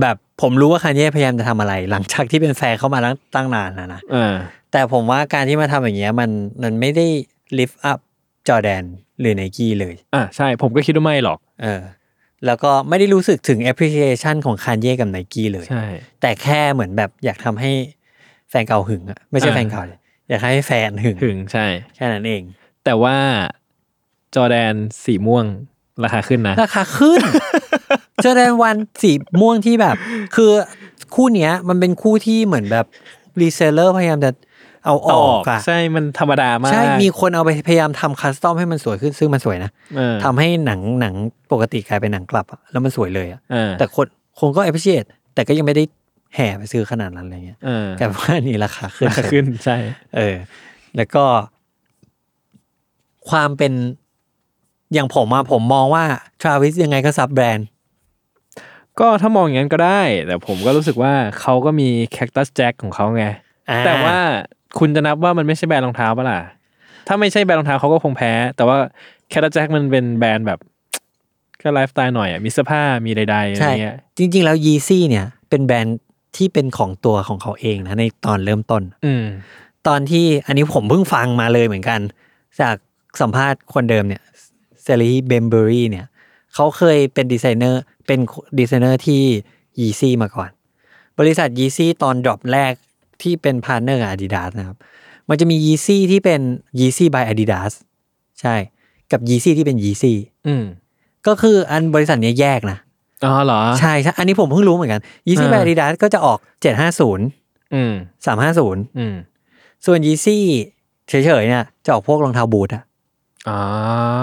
Speaker 2: แบบผมรู้ว่าคานเย่พยายามจะทำอะไร หลังจากที่เป็นแฟนเข้ามาตั้งตั้งนานนะนะ
Speaker 3: เออ
Speaker 2: แต่ผมว่าการที่มาทำอย่างเงี้ยมันมันไม่ได้ลิฟต์อัพจอแดนหรือไนกี้เลย
Speaker 3: อ่ะใช่ผมก็คิดว่าไม่หรอก
Speaker 2: เออแล้วก็ไม่ได้รู้สึกถึง appreciation ของคานเย่กับไนกี้เลย
Speaker 3: ใช่
Speaker 2: แต่แค่เหมือนแบบอยากทำให้แฟนเก่าหึงอะไม่ใช่
Speaker 3: อ่า
Speaker 2: แฟนเก่าเลยอยากให้แฟนหึง
Speaker 3: ถึงใช่
Speaker 2: แค่นั้นเอง
Speaker 3: แต่ว่าจอแดนสีม่วงราคาขึ้นนะ
Speaker 2: ราคาขึ้
Speaker 3: <laughs>
Speaker 2: น จอแดนวันสีม่วงที่แบบ คือคู่เนี้ยมันเป็นคู่ที่เหมือนแบบรีเซลเลอร์พยายามจะเอาออกอะ
Speaker 3: ใช่มันธรรมดามาก
Speaker 2: ใช่มีคนเอาไปพยายามทำคัสตอมให้มันสวยขึ้นซึ่งมันสวยนะ
Speaker 3: เออ
Speaker 2: ทำให้หนังหนังปกติกลายเป็นหนังกลับอะแล้วมันสวยเลยอะ
Speaker 3: เออ
Speaker 2: แต่คนคนก็ appreciate แต่ก็ยังไม่ได้แห่ไปซื้อขนาดนั้นอะไรเงี้ย
Speaker 3: เออก
Speaker 2: ลายเป็นว่านี่ราคาขึ้น
Speaker 3: ราคาขึ้นใช่
Speaker 2: เออ แล้วก็ ความเป็นอย่างผมอะผมมองว่าทราวิสยังไงก็ซับแบรนด์
Speaker 3: ก็ถ้ามองอย่างนั้นก็ได้ แต่ผมก็รู้สึกว่าเขาก็มีแคคตัสแจ็คของเขาไง
Speaker 2: อ่า
Speaker 3: แต่ว่าคุณจะนับว่ามันไม่ใช่แบรนด์รองเท้าปะล่ะ ถ้าไม่ใช่แบรนด์รองเท้าเขาก็คงแพ้ แต่ว่าแคคตัสแจ็คมันเป็นแบรนด์แบบ ก็ไลฟ์สไตล์หน่อยอะมีเสื้อผ้ามีใดๆอะไร
Speaker 2: ใช่
Speaker 3: เงี้ย
Speaker 2: จริง ๆ แล้วยีซี่เนี่ย เป็นแบรนด์ที่เป็นของตัวของเขาเองนะ ในตอนเริ่มต้น
Speaker 3: อืม
Speaker 2: ตอนที่อันนี้ผมเพิ่งฟังมาเลยเหมือนกัน จากสัมภาษณ์คนเดิมเนี่ยเซรีเบมเบอรี่เนี่ยเขาเคยเป็นดีไซเนอร์เป็นดีไซเนอร์ที่ยีซี่มาก่อน บริษัทยีซี่ตอนดรอปแรกที่เป็นพาร์ทเนอร์อาดิดาสนะครับ มันจะมียีซี่ที่เป็นยีซี่ by Adidas ใช่ กับยีซี่ที่เป็นยีซี่
Speaker 3: อืม
Speaker 2: ก็คืออันบริษัทเนี้ยแยกนะ
Speaker 3: อ๋อเหรอ
Speaker 2: ใช่ใช่อันนี้ผมเพิ่งรู้เหมือนกันยีซี่ by
Speaker 3: อ่า
Speaker 2: Adidas ก็จะออก 750
Speaker 3: อืม
Speaker 2: 350
Speaker 3: อืม
Speaker 2: ส่วนยีซี่เฉยๆเนี่ยจะออกพวกรองเท้าบูทอะ
Speaker 3: อ๋อ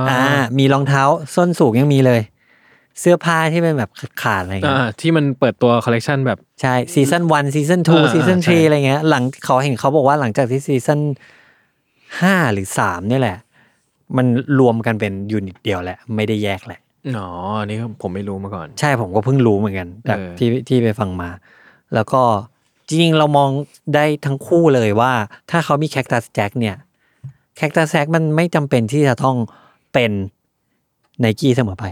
Speaker 2: อ่า มีรองเท้าส้นสูงยังมีเลย เสื้อผ้าที่เป็นแบบขาดๆอะไร
Speaker 3: อ่า
Speaker 2: เงี้ย
Speaker 3: ที่มันเปิดตัวคอลเลกชันแบบ
Speaker 2: ใช่ซีซั o นวันซีซั o นทู
Speaker 3: อ่า
Speaker 2: ซีซั o น
Speaker 3: ใช่
Speaker 2: ทรีอะไรเงี้ยหลังเขาเห็นเขาบอกว่าหลังจากที่ซีซั o นห้าหรือสามเนี่ยแหละ มันรวมกันเป็นยูนิตเดียวแหละ ไม่ได้แยกแหละ
Speaker 3: อ๋ออันนี้ผมไม่รู้มาก่อน
Speaker 2: ใช่ผมก็เพิ่งรู้เหมือนกันจาก
Speaker 3: เออ
Speaker 2: ที่ที่ไปฟังมา แล้วก็จริงๆเรามองได้ทั้งคู่เลยว่า ถ้าเขามีแคคตัสแจ็คเนี่ยแคคตัสแจ็คมันไม่จำเป็นที่จะต้องเป็นไนกี้เสมอไป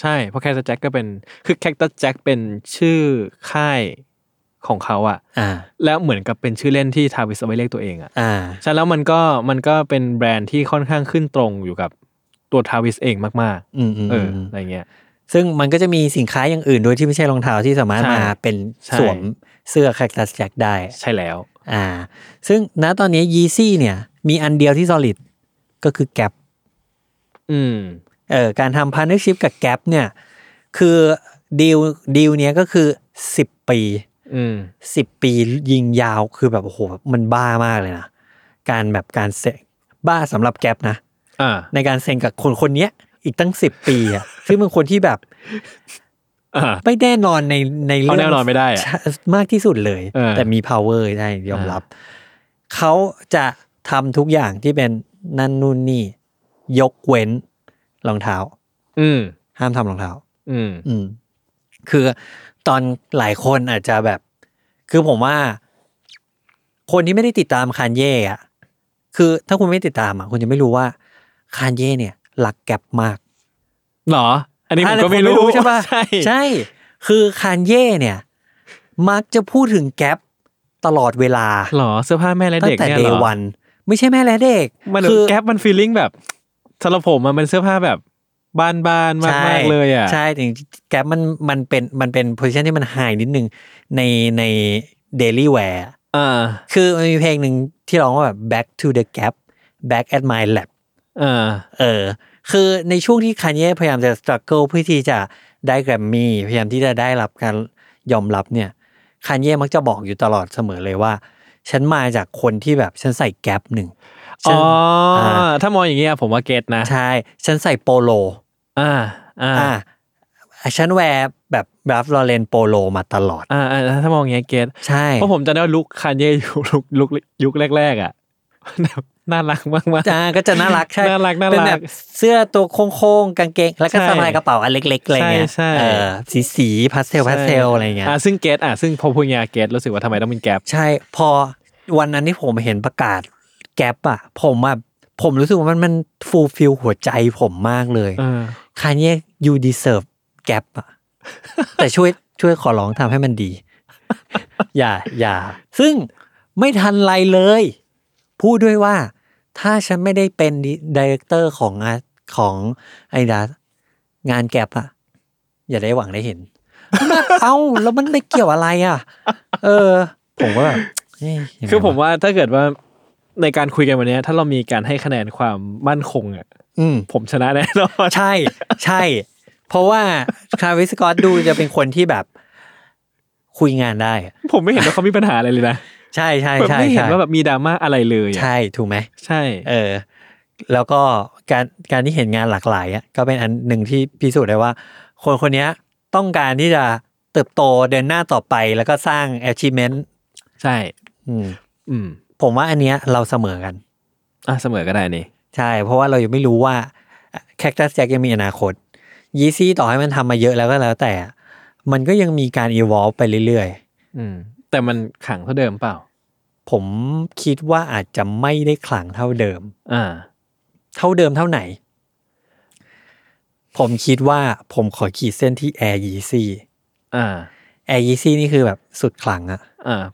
Speaker 3: ใช่เพราะแคคตัสแจ็คก็เป็นคือแคคตัสแจ็คเป็นชื่อค่ายของเขาอะ
Speaker 2: อ่า
Speaker 3: แล้วเหมือนกับเป็นชื่อเล่นที่ทาวิสเอาไว้เรียกตัวเองอะ
Speaker 2: อ่า
Speaker 3: ใช่แล้วมันก็มันก็เป็นแบรนด์ที่ค่อนข้างขึ้นตรงอยู่กับตัวทาวิสเองมาก
Speaker 2: อืมอืม
Speaker 3: ๆ เออ
Speaker 2: อืม
Speaker 3: อะไรเงี้ย
Speaker 2: ซึ่งมันก็จะมีสินค้าอย่างอื่นโดยที่ไม่ใช่รองเท้าที่สามารถ
Speaker 3: ใช่
Speaker 2: มาเป็น
Speaker 3: ใช่
Speaker 2: สวมเสื้อแคคตัสแจ็คได้
Speaker 3: ใช่แล้ว
Speaker 2: อ่า ซึ่งณตอนนี้ยีซี่เนี่ย มีอันเดียวที่ solid ก็คือแก p
Speaker 3: อืม
Speaker 2: เออการทำพาร์ n เนอร์ชิพกับแก p เนี่ย คือดีลดีลเนี้ยก็คือ 10 ปี
Speaker 3: อืม
Speaker 2: 10 ปียิงยาวคือแบบโอ้โหมันบ้ามากเลยนะ การแบบการเซ็นบ้าสำหรับแก p นะ
Speaker 3: อ่า
Speaker 2: ในการเซ็นกับคนคนเนี้ยอีกตั้ง 10 ปีอะซึ่งเป็นคนที่แบบ
Speaker 3: อ่า
Speaker 2: ไม่แน่นอนในในเรื่
Speaker 3: เขาแน่นอนไม่ได้อะ
Speaker 2: ใช่มากที่สุดเลย
Speaker 3: เออ
Speaker 2: แต่มี power ได้ยอมรับ เขาจะทำทุกอย่างที่เป็นนั่นนู่นนี่ ยกเว้นรองเท้า
Speaker 3: อืม
Speaker 2: ห้ามทำรองเท้า
Speaker 3: อืม
Speaker 2: อืม คือตอนหลายคนอาจจะแบบ คือผมว่า คนที่ไม่ได้ติดตามคานเย่อะคือถ้าคุณไม่ติดตามอะคุณจะไม่รู้ว่าคานเย่เนี่ยรักแก็บมาก
Speaker 3: เหรอ อันนี้ผมก็ไม่
Speaker 2: อ่ะ
Speaker 3: รู้
Speaker 2: ใช่ปะ
Speaker 3: ใช่
Speaker 2: ใช่ คือคานเย่เนี่ย มักจะพูดถึงแก๊ปตลอดเวลา
Speaker 3: เหรอ เสื้อผ้าแม่และ
Speaker 2: ตั้
Speaker 3: เด็ก
Speaker 2: งแต่
Speaker 3: เนี่ย
Speaker 2: เด
Speaker 3: เหรอ
Speaker 2: วัน ไม่ใช่แม่และเด็ก
Speaker 3: มัน
Speaker 2: คื
Speaker 3: แก๊ปมันฟีลลิ่งแบบสำหรับผมอะมันเสื้อผ้าแบบบานๆมาก
Speaker 2: ใช่
Speaker 3: มากๆเลยอ่ะ
Speaker 2: ใช่แต่จริงๆแก๊ปมันมันเป็นมันเป็นโพ i ิชันที่มันไฮนิดนึงในในเดลี่แวร์
Speaker 3: อ่า
Speaker 2: คือมันมีเพลงหนึ่งที่ร้องว่าแบบ back to the gap back at my lab
Speaker 3: อ่า
Speaker 2: เออ คือในช่วงที่คานเย่พยายามจะส t รั g เกิลเพื่อที่จะได้แกรมมี่พยายามที่จะได้รับการยอมรับเนี่ยคานเย่มักจะบอกอยู่ตลอดเสมอเลยว่า ฉันมาจากคนที่แบบฉันใส่แก๊ปหนึ่งฉั
Speaker 3: อ๋
Speaker 2: น
Speaker 3: ออา ถ้ามองอย่างเงี้ยผมว่าเก็ตนะ
Speaker 2: ใช่ฉันใส่โปโล
Speaker 3: อ่าอ่า
Speaker 2: อ่าฉันแวร์แบบรับลอเรนโปโลมาตลอด
Speaker 3: อ่าอ่าถ้ามองอย่างเงี้ยเก็ต
Speaker 2: ใช่
Speaker 3: เพราะผมจะได้ว่าลุคคานเย่ <laughs> ยุคลุคลุคยุคแรกๆอ่ะ <laughs> แบบน่ารักมากๆ
Speaker 2: จ้าก็จะน่ารักใช่
Speaker 3: น่ารักน่ารัก
Speaker 2: เป็นแบบเสื้อตัวโค้งๆกางเกง แล้วก็
Speaker 3: ใช่
Speaker 2: สะพายกระเป๋าอันเล็กๆอะไรเงี้ย
Speaker 3: ใช่ใช่
Speaker 2: เออสีสีพาสเทลพาสเทลอะไรเงี้ย
Speaker 3: อ่าซึ่งเก็ตอ่ะซึ่งพอพูดอย่างเงี้ยเก็ตรู้สึกว่าทำไมต้องเป็นแก๊ป
Speaker 2: ใช่พอวันนั้นที่ผมเห็นประกาศแก๊ปอะผมอะผมรู้สึกว่ามันมันฟูลฟิลหัวใจผมมากเลย
Speaker 3: เออ
Speaker 2: คานเย่ you deserve แก๊ป
Speaker 3: <laughs>
Speaker 2: อะ แต่ช่วยช่วยขอร้องทำให้มันดี <laughs> อย่าอย่า ซึ่งไม่ทันไรเลย พูดด้วยว่า ถ้าฉันไม่ได้เป็นดีเรคเตอร์ของอาของไอดางานแก๊ปอะอย่าได้หวังได้เห็น <laughs> เอ้า แล้วมันได้เกี่ยวอะไรอ่ะ เออ ผมก็แบบเะยังไง
Speaker 3: คือผม
Speaker 2: วะ
Speaker 3: ว่าถ้าเกิดว่าในการคุยกันวันเนี้ยถ้าเรามีการให้คะแนนความมั่นคงอ่ะ
Speaker 2: อืม
Speaker 3: ผมชนะแน่นอน <laughs>
Speaker 2: ใช่ ใช่ เพราะว่าคาวิสกอตดูจะเป็นคนที่แบบ คุยงานได้อะ
Speaker 3: ผมไม่เห็นว่าเขามีปัญหาอะไรเลยนะ
Speaker 2: ใช่ใช่
Speaker 3: แบบ
Speaker 2: ใช่
Speaker 3: ไม่เห็น
Speaker 2: ใช่
Speaker 3: ว่าแบบมีดราม่าอะไรเลยอะ
Speaker 2: ใช่ ถูกไหม
Speaker 3: ใช่
Speaker 2: เออ แล้วก็การการที่เห็นงานหลากหลายอะก็เป็นอันหนึ่งที่พิสูจน์ได้ว่า คนคนเนี้ยต้องการที่จะเติบโตเดินหน้าต่อไป แล้วก็สร้าง achievement
Speaker 3: ใช่
Speaker 2: อืม
Speaker 3: อืม
Speaker 2: ผมว่าอันเนี้ยเราเสมอกัน
Speaker 3: อ่ะเสมอก็ได้นี่
Speaker 2: ใช่ เพราะว่าเรายังไม่รู้ว่าแคคตัสแจ็คยังมีอนาคตยีซี่ต่อให้มันทำมาเยอะแล้วก็แล้วแต่ มันก็ยังมีการอีวอลไปเรื่อย
Speaker 3: อืม แต่มันขังเท่าเดิมเปล่า
Speaker 2: ๆ ผมคิดว่าอาจจะไม่ได้ขลังเท่าเดิม
Speaker 3: อ่า
Speaker 2: เท่าเดิมเท่าไหน ผมคิดว่าผมขอขีดเส้นที่แอร์ยีซี่
Speaker 3: อ่า
Speaker 2: แอร์ยีซี่นี่คือแบบสุดขลังอะ
Speaker 3: อ่า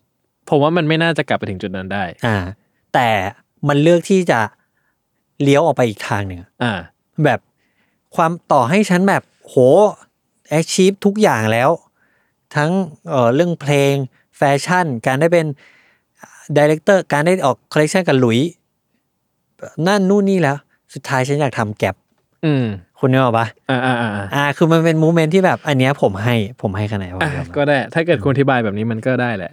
Speaker 3: ผมว่ามันไม่น่าจะกลับไปถึงจุดนั้นได้
Speaker 2: อ่า แต่มันเลือกที่จะเลี้ยวออกไปอีกทางหนึ่งอะ
Speaker 3: อ่า
Speaker 2: แบบความต่อให้ฉันแบบโห achieve ทุกอย่างแล้ว ทั้งเอ่อเรื่องเพลงแฟชั่น การได้เป็นดีเลกเตอร์การได้ออกคอลเล t ชันกับหลุยส์นั่นนู่นนี่แล้ว สุดท้ายฉันอยากทำแก็บ
Speaker 3: อืม
Speaker 2: คุณนึกออกปะ
Speaker 3: อ่าอ่าอ่า
Speaker 2: อ่า คือมันเป็นมูเมนที่แบบ อันเนี้ยผมให้ผมให้คะแนนผม
Speaker 3: อ่ะ
Speaker 2: ยอมรับ
Speaker 3: ก็ได้ ถ้าเกิดคุณอธิบายแบบนี้มันก็ได้แหละ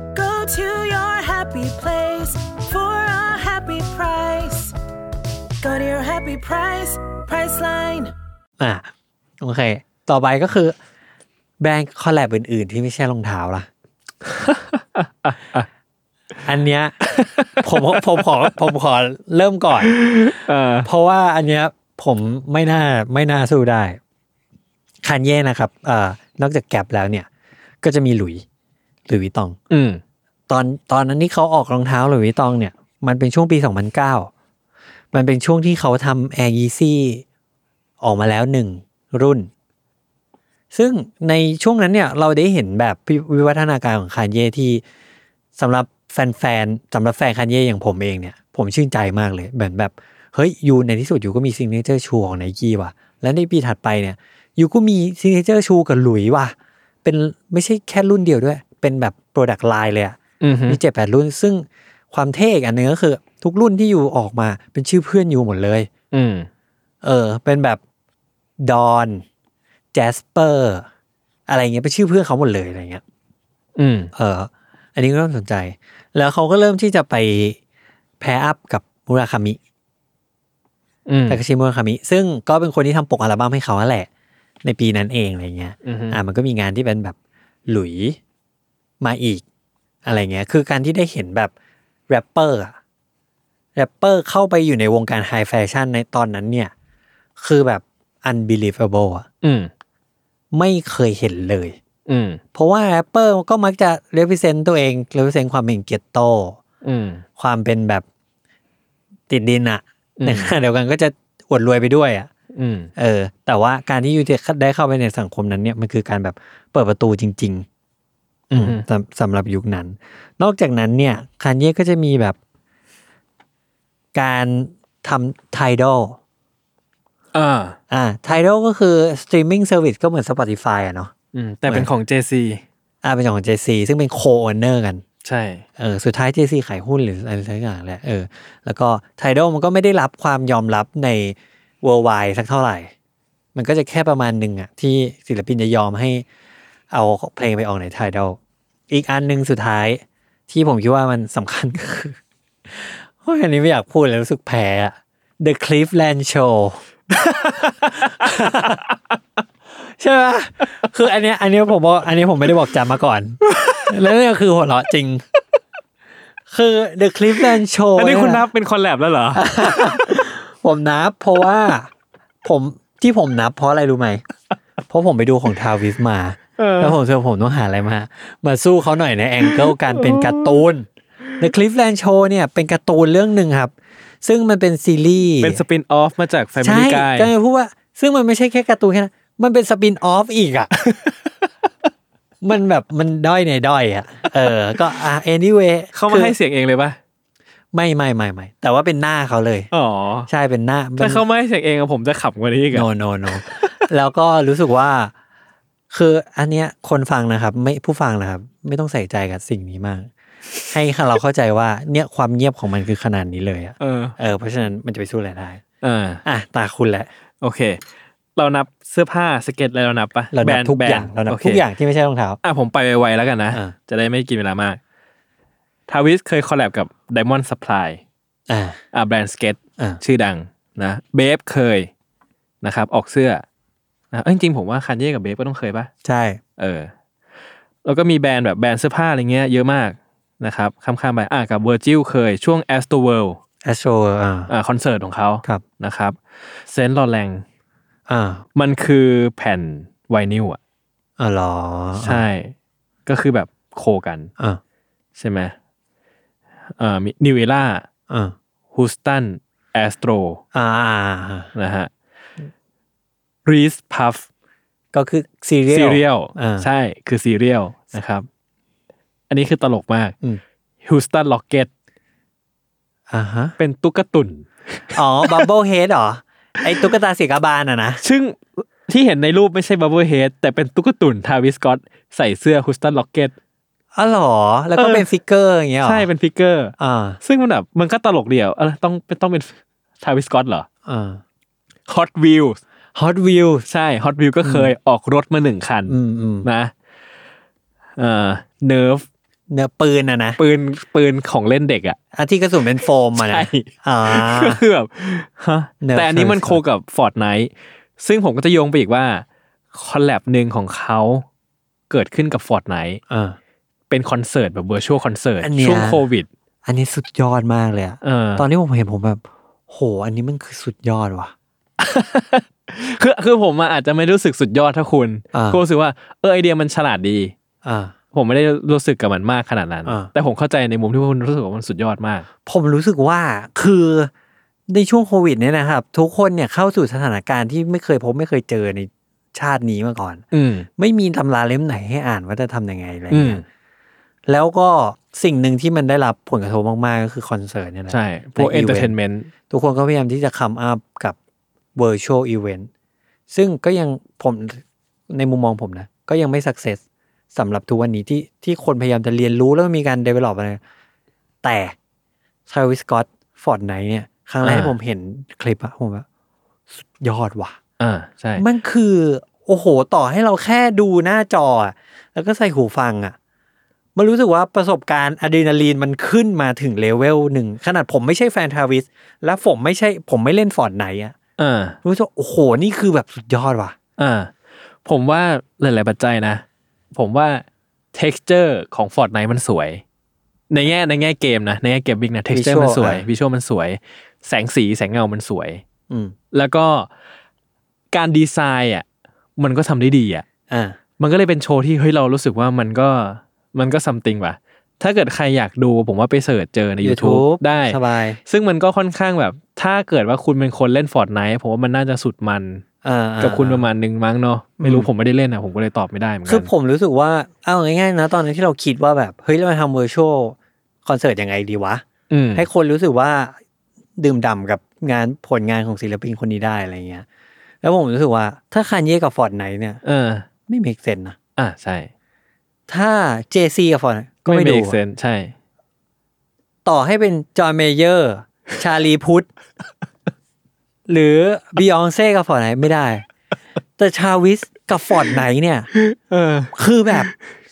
Speaker 4: Go to your happy place for a happy price. Go to your happy price, price line.
Speaker 2: อ่ะโอเค ต่อไปก็คือ แบรนด์คอลแลบอื่น ๆ ที่ไม่ใช่รองเท้าล่ะ <laughs> อันเนี้ยผมผมขอผมขอเริ่มก่อน
Speaker 3: เออ
Speaker 2: เพราะว่าอันเนี้ยผมไม่น่าไม่น่าสู้ได้คันเย่นะครับเอ่อนอกจากแกลบแล้วเนี่ย ก็จะมีหลุยหลุยวิตอง
Speaker 3: อืม
Speaker 2: ตอนตอนนั้นที่เขาออกรองเท้าหลุยส์วิตตองเนี่ย มันเป็นช่วงปี 2009 มันเป็นช่วงที่เขาทำ Air Yeezy ออกมาแล้วหนึ่งรุ่น ซึ่งในช่วงนั้นเนี่ยเราได้เห็นแบบวิวัฒนาการของคานเย่ที่สำหรับแฟนๆสำหรับแฟนคานเย่อย่างผมเองเนี่ย ผมชื่นใจมากเลยเหมือนแบบ เฮ้ยยูในที่สุดยูก็มีซิงเกิลชูของไนกี้ว่ะ และในปีถัดไปเนี่ยยูก็มีซิงเกิลชูกับหลุยส์ว่ะ เป็นไม่ใช่แค่รุ่นเดียวด้วย เป็นแบบโปรดักต์ไลน์เลยอะ
Speaker 3: อืม
Speaker 2: มีเจ็ดแปดรุ่น ซึ่งความเท่อีกอันหนึงก็คือ ทุกรุ่นที่อยู่ออกมาเป็นชื่อเพื่อนอยู่หมดเลย
Speaker 3: อืม
Speaker 2: เออ เป็นแบบดอนแจสเปอร์อะไรเงี้ยเป็นชื่อเพื่อนเขาหมดเลยอะไรเงี้ย
Speaker 3: อืม
Speaker 2: เออ อันนี้ก็น่าสนใจ แล้วเขาก็เริ่มที่จะไปแพรอัพกับมุราคามิ
Speaker 3: อืม
Speaker 2: ทาคาชิมุราคามิ ซึ่งก็เป็นคนที่ทำปกอัลบั้มให้เขานั่นแหละ ในปีนั้นเองอะไรเงี้ย
Speaker 3: อืม
Speaker 2: อ่ามันก็มีงานที่เป็นแบบหลุยมาอีก อะไรเงี้ย คือการที่ได้เห็นแบบแรปเปอร์อะแรปเปอร์เข้าไปอยู่ในวงการไฮแฟชั่นในตอนนั้นเนี่ย คือแบบ unbelievable อะ
Speaker 3: อืม
Speaker 2: ไม่เคยเห็นเลย
Speaker 3: อืม
Speaker 2: เพราะว่าแรปเปอร์ก็มักจะ represent ตัวเอง represent ความเป็นเกียรติโต
Speaker 3: อืม
Speaker 2: ความเป็นแบบติดดินอะ
Speaker 3: อืม
Speaker 2: ในขณะเดียวกันก็จะอวดรวยไปด้วยอะ
Speaker 3: อืม
Speaker 2: เออแต่ว่าการที่ยูได้เข้าไปในสังคมนั้นเนี่ยมันคือการแบบเปิดประตูจริง ๆ อืม
Speaker 3: อือฮึ
Speaker 2: สำสำหรับยุคนั้น นอกจากนั้นเนี่ยคานเย่ก็จะมีแบบ การทำไทดอล
Speaker 3: อ่า
Speaker 2: อ่าไทดอลก็คือสตรีมมิ่งเซอร์วิสก็เหมือน Spotify อะเนาะ
Speaker 3: อืม แต่เป็นของ JC
Speaker 2: อ่าเป็นของ JC ซึ่งเป็นโคโอเนอร์กัน
Speaker 3: ใช่
Speaker 2: เออสุดท้าย JC ขายหุ้นหรืออะไรสักอย่างแหละเออแล้วก็ Tidal มันก็ไม่ได้รับความยอมรับใน worldwide สักเท่าไหร่ มันก็จะแค่ประมาณหนึ่งอะที่ศิลปินจะยอมให้เอาเพลงไปออกใน Tidal อีกอันหนึ่งสุดท้ายที่ผมคิดว่ามันสำคัญก็คือ <laughs> โอ้ยอันนี้ไม่อยากพูดเลยรู้สึกแพ้อะ The Cleveland Show <laughs> ใช่ไหมคืออันเนี้ยอันเนี้ยผมบอกอันนี้ผมไม่ได้บอกจำมาก่อน แล้วเนี่ยคือหัวเราะจริง คือ The Cleveland Show
Speaker 3: อันนี้คุณนับ
Speaker 2: เย
Speaker 3: เป็นคอลแลบแล้วเหรอ
Speaker 2: ผมนับ เพราะว่า ผมที่ผมนับเพราะอะไรรู้ไหม เพราะผมไปดูของทาวิสมา
Speaker 3: เออ
Speaker 2: แล้วผมเจอผมต้องหาอะไรมา มาสู้เขาหน่อยในแองเกิลการเป็นการ์ตูน The Cleveland Show เนี่ยเป็นการ์ตูนเรื่องหนึ่งครับ ซึ่งมันเป็นซีรีส์
Speaker 3: เป็นสปินออฟมาจาก
Speaker 2: ใช่
Speaker 3: Family Guy
Speaker 2: ก็เลยพูดว่า ซึ่งมันไม่ใช่แค่การ์ตูนแค่นั้นมันเป็นสปินออฟอีกอ่ะ มันแบบมันด้อยในด้อยอ่ะ เออ ก็อ่ะ anyway
Speaker 3: เขามาให้
Speaker 2: คือ
Speaker 3: เสียงเองเลยปะ
Speaker 2: ไม่ไม่ไม่ไม่แต่ว่าเป็นหน้าเขาเลย
Speaker 3: อ๋อ
Speaker 2: ใช่เป็นหน้า
Speaker 3: ถ้าเขาไม่ให้เสียงเองอะผมจะขำกว่านี้อีก
Speaker 2: โน
Speaker 3: อะ
Speaker 2: โนโน แล้วก็รู้สึกว่า คืออันเนี้ยคนฟังนะครับ ไม่ผู้ฟังนะครับ ไม่ต้องใส่ใจกับสิ่งนี้มาก ให้เราเข้าใจว่าเนี่ยความเงียบของมันคือขนาดนี้เลยอ่ะ
Speaker 3: เออ
Speaker 2: เออเพราะฉะนั้นมันจะไปสู้อะไรได้
Speaker 3: เออ
Speaker 2: อ่ะตาคุณแหละ
Speaker 3: โอเค เรานับเสื้อผ้าสเก็ตอะไรเรานับปะ
Speaker 2: เรา
Speaker 3: แบ
Speaker 2: นับ
Speaker 3: นด์
Speaker 2: ทุก
Speaker 3: แบนด์
Speaker 2: อย่างเรานับ
Speaker 3: โค
Speaker 2: ทุกอย่างที่ไม่ใช่รองเท้า
Speaker 3: อ่ะผมไปไวๆแล้วกันนะ
Speaker 2: อ่า
Speaker 3: จะได้ไม่กินเวลามาก ทาวิสเคยคอลแลบกับ Diamond Supply
Speaker 2: อ่า
Speaker 3: อ่ะแบรนด์สเก็ต
Speaker 2: อ่า
Speaker 3: ชื่อดังนะเบฟเคยนะครับ ออกเสื้อนะเอ้ยจริงๆผมว่าคันเย่กับเบฟก็ต้องเคยปะ
Speaker 2: ใช่
Speaker 3: เออ แล้วก็มีแบรนด์แบบแบรนด์เสื้อผ้าอะไรเงี้ยเยอะมากนะครับ ข้ามๆไปอ่ะกับ Virgil เคยช่วง a s t o w o r l d
Speaker 2: a s t r o อ่า
Speaker 3: อ่าคอนเสิร์ตของเขา
Speaker 2: ครับ
Speaker 3: นะครับเซนต์ลอแรง
Speaker 2: อ่า
Speaker 3: มันคือแผ่นไวนิลอ่ะ
Speaker 2: อ๋อเหรอ
Speaker 3: ใช่ ก็คือแบบโคกัน
Speaker 2: อ่า
Speaker 3: ใช่ไหมอ่ามีนิวเอล่า
Speaker 2: อ่า
Speaker 3: ฮ t สตันแอสโตร
Speaker 2: อ่า
Speaker 3: นะฮะรีสพัฟ
Speaker 2: ก็คือซีเรียล
Speaker 3: ซีเรียล
Speaker 2: อ่า
Speaker 3: ใช่คือซีเรียลนะครับ อันนี้คือตลกมาก
Speaker 2: อืม
Speaker 3: ฮิวสตันล็อกเก็ต
Speaker 2: อ่าฮะ
Speaker 3: เป็นตุ๊กตุน
Speaker 2: อ๋อ บับเบิลเฮดเหรอ ไอตุ๊กตาสีกาบาลอ่ะนะ
Speaker 3: ซึ่ง ที่เห็นในรูปไม่ใช่บับเบิลเฮดแต่เป็นตุ๊กตุ่นทาวิสกอตใส่เสื้อฮ u สตันล็อกเก็ต
Speaker 2: อ๋อเหรอ แล้วก็
Speaker 3: เออ
Speaker 2: เป็นฟิกเกอร์อย่างเงี้ยหรอ
Speaker 3: ใช่เป็นฟิกเกอร์
Speaker 2: อ่า
Speaker 3: ซึ่งมันแบบมันก็ตลกเดียวอะไรต้องเป็นต้องเป็นทาวิสกอตเหรอ
Speaker 2: อ่า
Speaker 3: ฮอตวิว
Speaker 2: ฮอตวิว
Speaker 3: ใช่ฮอตวิวก็เคยออกรถมาหนึ่งคัน
Speaker 2: อืมอืม
Speaker 3: นะเอ่อเนิร์ฟ
Speaker 2: เนื้อปืนอะนะ
Speaker 3: ปืนปืนของเล่นเด็กอ่ะ
Speaker 2: อันที่กระสุนเป็นโฟมอะนะ
Speaker 3: ใช่ <laughs>
Speaker 2: อ่า
Speaker 3: ก็คือแบบฮะ
Speaker 2: Nerf
Speaker 3: แต่อันนี้มัน
Speaker 2: Force
Speaker 3: โคกับ Fortnite ซึ่งผมก็จะโยงไปอีกว่า คอลแลบหนึ่งของเขาเกิดขึ้นกับ Fortnite
Speaker 2: อ่า
Speaker 3: เป็นคอนเสิร์ตแบบเวอร์ชวลคอนเสิร์ต
Speaker 2: อันเนี้ย
Speaker 3: ช่วงโควิด
Speaker 2: อันนี้สุดยอดมากเลยอะ
Speaker 3: เออ
Speaker 2: ตอนที่ผมเห็นผมแบบ โห อันนี้มันคือสุดยอดว่ะ
Speaker 3: คือคือผมอะอาจจะไม่รู้สึกสุดยอดถ้าคุณ
Speaker 2: อ่า
Speaker 3: ก็รู้สึกว่าเออไอเดียมันฉลาดดี
Speaker 2: อ่า
Speaker 3: ผมไม่ได้รู้สึกกับมันมากขนาดนั้น
Speaker 2: อ่า
Speaker 3: แต่ผมเข้าใจในมุมที่คุณรู้สึกว่ามันสุดยอดมาก
Speaker 2: ผมรู้สึกว่าคือในช่วงโควิดเนี่ยนะครับ ทุกคนเนี่ยเข้าสู่สถานการณ์ที่ไม่เคยพบไม่เคยเจอในชาตินี้มาก่อน
Speaker 3: อืม
Speaker 2: ไม่มีตำราเล่มไหนให้อ่านว่าจะทำยังไงอะไรเงี้
Speaker 3: อื
Speaker 2: ย
Speaker 3: ม
Speaker 2: แล้วก็สิ่งหนึ่งที่มันได้รับผลกระทบมาก ๆ ก็คือคอนเสิร์ตเนี่ยนะ
Speaker 3: ใช่พวก
Speaker 2: และ
Speaker 3: เอนเตอร์เทน
Speaker 2: event
Speaker 3: เมนต์
Speaker 2: ทุกคนก็พยายามที่จะคัมอัพกับ virtual event ซึ่งก็ยังผมในมุมมองผมนะ ก็ยังไม่ success สำหรับทุกวันนี้ที่ที่คนพยายามจะเรียนรู้แล้วมีการ develop อะไร แต่ Travis Scott Fortnite เนี่ย ครั้งแรกที่ผมเห็นคลิปอะผมว่าสุดยอดว่ะ
Speaker 3: อ่าใช่
Speaker 2: มันคือ โอ้โห ต่อให้เราแค่ดูหน้าจออะแล้วก็ใส่หูฟังอะมันรู้สึกว่าประสบการณ์อะดรีนาลีนมันขึ้นมาถึงเลเวลหนึ่ง ขนาดผมไม่ใช่แฟนทาวิส และผมไม่ใช่ ผมไม่เล่นฟอร์ดไหนอะ
Speaker 3: อ่า
Speaker 2: รู้สึกว่าโอ้โห นี่คือแบบสุดยอดว่ะ
Speaker 3: อ่าผมว่าหลาย ๆ ปัจจัยนะ ผมว่า texture ของ Fortnite มันสวย ในแง่ในแง่เกมนะ ในแง่เกมบิ๊กนะ texture
Speaker 2: Visual
Speaker 3: มันสวย
Speaker 2: อ่ะ
Speaker 3: วิชวลมันสวย แสงสีแสงเงามันสวย
Speaker 2: อืม
Speaker 3: แล้วก็การดีไซน์อ่ะมันก็ทำได้ดีอ่ะ
Speaker 2: อ่า
Speaker 3: มันก็เลยเป็นโชว์ที่เฮ้ยเรารู้สึกว่ามันก็มันก็ซัมติงว่ะ ถ้าเกิดใครอยากดูผมว่าไปเสิร์ชเจอใน YouTube,
Speaker 2: YouTube
Speaker 3: ได้
Speaker 2: สบาย
Speaker 3: ซึ่งมันก็ค่อนข้างแบบ ถ้าเกิดว่าคุณเป็นคนเล่นฟอร์ดไนท์ผมว่ามันน่าจะสุดมัน
Speaker 2: อ่า
Speaker 3: กับคุณป
Speaker 2: อ่า
Speaker 3: ระมาณนึงมั้งเนาะไม่รู้
Speaker 2: อืม
Speaker 3: ผมไม่ได้เล่นอ่ะผมก็เลยตอบไม่ได้เหมือนกั
Speaker 2: คือผมรู้สึกว่า เอาง่ายๆนะ ตอนนั้นที่เราคิดว่าแบบ เฮ้ย เรามาทำเวอร์ชวลคอนเสิร์ตยังไงดีวะ
Speaker 3: อืม
Speaker 2: ให้คนรู้สึกว่าดื่มด่ำกับงานผลงานของศิลปินคนนี้ได้อะไรเงี้ย แล้วผมรู้สึกว่าถ้าคานเย่กับฟอร์ดไนเนี่ย
Speaker 3: เออ
Speaker 2: ไม่เมกเซนนะ
Speaker 3: อ่ะใช่
Speaker 2: ถ้าเจซีกับฟอร์ดก็ไม่ดู
Speaker 3: เมเซนใช่
Speaker 2: ต่อให้เป็นจอห์นเมเยอร์ ชาลีพุทธ <laughs> หรือบิยองเซ่กับฟอร์ดไนไม่ได้ แต่ชาวิสกับฟอร์ดไนเนี่ย
Speaker 3: เออ
Speaker 2: คือแบบ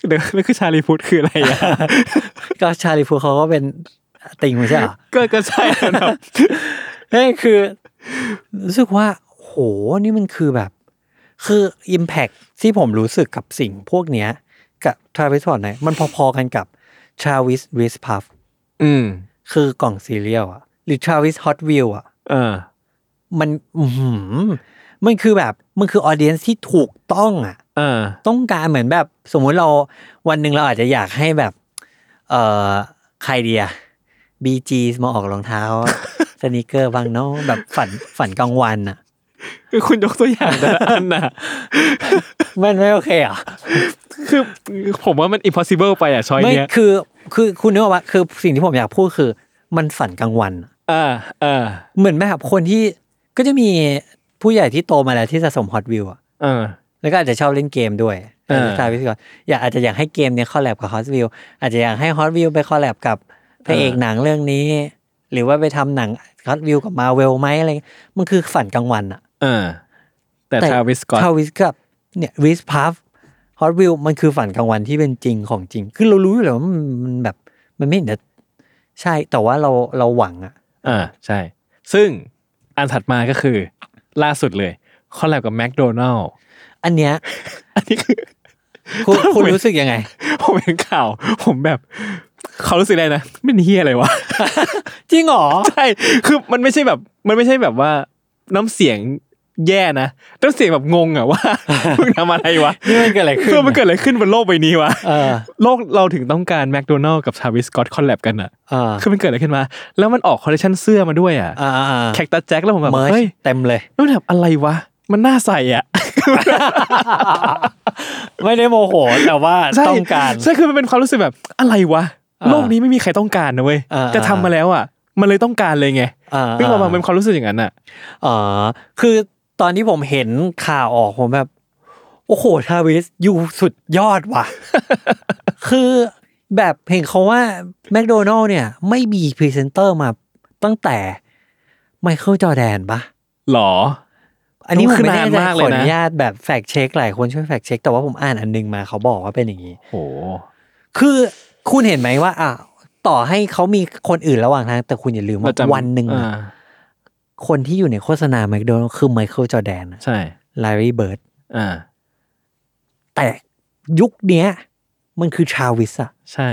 Speaker 3: เดี๋ยวแล้วคือชาลีพุทธคืออะไรอ่ะ
Speaker 2: ก็ชาลีพุทธเขาก็เป็นติงไม่ใช่เหรอ
Speaker 3: ก็ก็ใช่นะครับ
Speaker 2: เฮ้ยคือ รู้สึกว่า โหนี่มันคือแบบ คือ Impact ที่ผมรู้สึกกับสิ่งพวกเนี้ย กับทราวิส o อ d เนี่ยมันพอๆกันกับทราวิสวิสพัฟ
Speaker 3: อืม
Speaker 2: คือกล่องซีเรียลอะหรือทราวิสฮอตวิวอะ
Speaker 3: เออ
Speaker 2: มันอื้อหือมันคือแบบ มันคือออเดียนที่ถูกต้องอะ
Speaker 3: เออ
Speaker 2: ต้องการเหมือนแบบ สมมุติเราวันหนึ่งเราอาจจะอยากให้แบบ เอ่อใครดีอะบีจีมาออกรองเท้า <laughs> สนิเกอร์บ้างเนาะแบบฝันฝันกลางวันอะ
Speaker 3: คือคุณยกตัวอย่างแต่ละอันน่ะ
Speaker 2: มันไม่โอเคเหรอ่ะ
Speaker 3: คือผมว่ามัน impossible ไปอ่ะช้อย
Speaker 2: ไม่
Speaker 3: เนี้ย
Speaker 2: คือคือคุณนึกออกปะคือสิ่งที่ผมอยากพูดคือ มันฝันกลางวันอะ
Speaker 3: อ่าอ่า
Speaker 2: เหมือนแบบคนที่ก็จะมีผู้ใหญ่ที่โตมาแล้วที่สะสมฮอตวิวอะ
Speaker 3: อ่า
Speaker 2: แล้วก็อาจจะชอบเล่นเกมด้วย
Speaker 3: เออ
Speaker 2: ทาวิสกอตอยากอาจจะอยากให้เกมเนี่ยคอลแลบกับฮอตวิวอาจจะอยากให้ฮอตวิวไปคอลแลบกับพระเอกหนังเรื่องนี้ หรือว่าไปทำหนังฮอตวิวกับมาเวลไหมอะไรเงี้ยมันคือฝันกลางวันอะ
Speaker 3: อ่าแต่ทาวิสกอต
Speaker 2: ทาวิสกับเนี่ยวิสพัฟฮอตวิวมันคือฝันกลางวันที่เป็นจริงของจริง คือเรารู้อยู่แล้วว่ามันมันแบบ มันไม่เห็นจะใช่แต่ว่าเราเราหวังอะ
Speaker 3: อ่าใช่ ซึ่งอันถัดมาก็คือ ล่าสุดเลยคอลแลบกับแม d โดนัล s
Speaker 2: อันเนี้ย
Speaker 3: อันนี้คือ
Speaker 2: คุณคุณรู้สึกยังไง
Speaker 3: <laughs> ผมเห็นข่าว ผมแบบเขารู้สึกอะไรนะมันเฮียอะไรวะ
Speaker 2: <laughs> จริงเหรอ
Speaker 3: ใช่ คือมันไม่ใช่แบบ มันไม่ใช่แบบว่า น้ำเสียงแย่นะ น้ำเสียงแบบงงอะว่า
Speaker 2: <laughs>
Speaker 3: มึงทำอะไรวะ
Speaker 2: นี่มันเกิดอะไรขึ้น
Speaker 3: เพื่อมันเกิดอะไรขึ้นบนโลกใบนี้วะ
Speaker 2: เออ
Speaker 3: โลกเราถึงต้องการแม d โดนัล s กับทาวิสกอตคอลแลบกันอะ
Speaker 2: เออ
Speaker 3: คือมันเกิดอะไรขึ้นมา แล้วมันออกคอลเลคชันเสื้อมาด้วยอะ
Speaker 2: อ่าอ่า
Speaker 3: แคคตัสแจ็คแล้วผมแบบ
Speaker 2: เมอร์
Speaker 3: เฮ้ย
Speaker 2: เต็มเลย
Speaker 3: แล้วแบบอะไรวะ มันน่าใส่อ่ะ
Speaker 2: ไม่ได้โมโหแต่ว่าต้องการ
Speaker 3: ใช่ใช่คือมันเป็นความรู้สึกแบบอะไรวะ
Speaker 2: อ่า
Speaker 3: โลกนี้ไม่มีใครต้องการนะเว้ย
Speaker 2: อ่า
Speaker 3: แต่ทำมาแล้วอ่ะ มันเลยต้องการเลยไง
Speaker 2: อ่า
Speaker 3: ซึ่งเรามันเป็นความรู้สึกอย่างนั้นอ่ะ
Speaker 2: อ๋อคือ ตอนที่ผมเห็นข่าวออกผมแบบ โอ้โหทาวิสอยู่สุดยอดว่ะ <laughs> คือแบบเห็นเขาว่าแม d โดนัลเนี่ย ไม่มีพรีเซนเตอร์มาตั้งแต่ไมเคิลจอแดนปะ
Speaker 3: หรอ
Speaker 2: อันนี้
Speaker 3: โอ้
Speaker 2: ผม
Speaker 3: คือ
Speaker 2: ไม่แน่
Speaker 3: นาน
Speaker 2: ใจ
Speaker 3: มาก
Speaker 2: ข
Speaker 3: เลยนะ
Speaker 2: ออนุญาตแบบแฟกเช็คหลายคนช่วยแฟกเช็คแต่ว่าผมอ่านอันนึงมาเขาบอกว่าเป็นอย่างนี้
Speaker 3: โห
Speaker 2: คือคุณเห็นไหมว่าอ่ะต่อให้เขามีคนอื่นระหว่างทาง แต่คุณอย่าลืม
Speaker 3: เรา
Speaker 2: ว่า
Speaker 3: จำ
Speaker 2: วันหนึ่งอะ
Speaker 3: อ่า
Speaker 2: คนที่อยู่ในโฆษณาแมคโดนัลคือไมเคิลจอแดน
Speaker 3: ใช่
Speaker 2: ลารีเบิร์ด
Speaker 3: อ่า
Speaker 2: แต่ยุคเนี้ย มันคือชาวิสอะ
Speaker 3: ใช่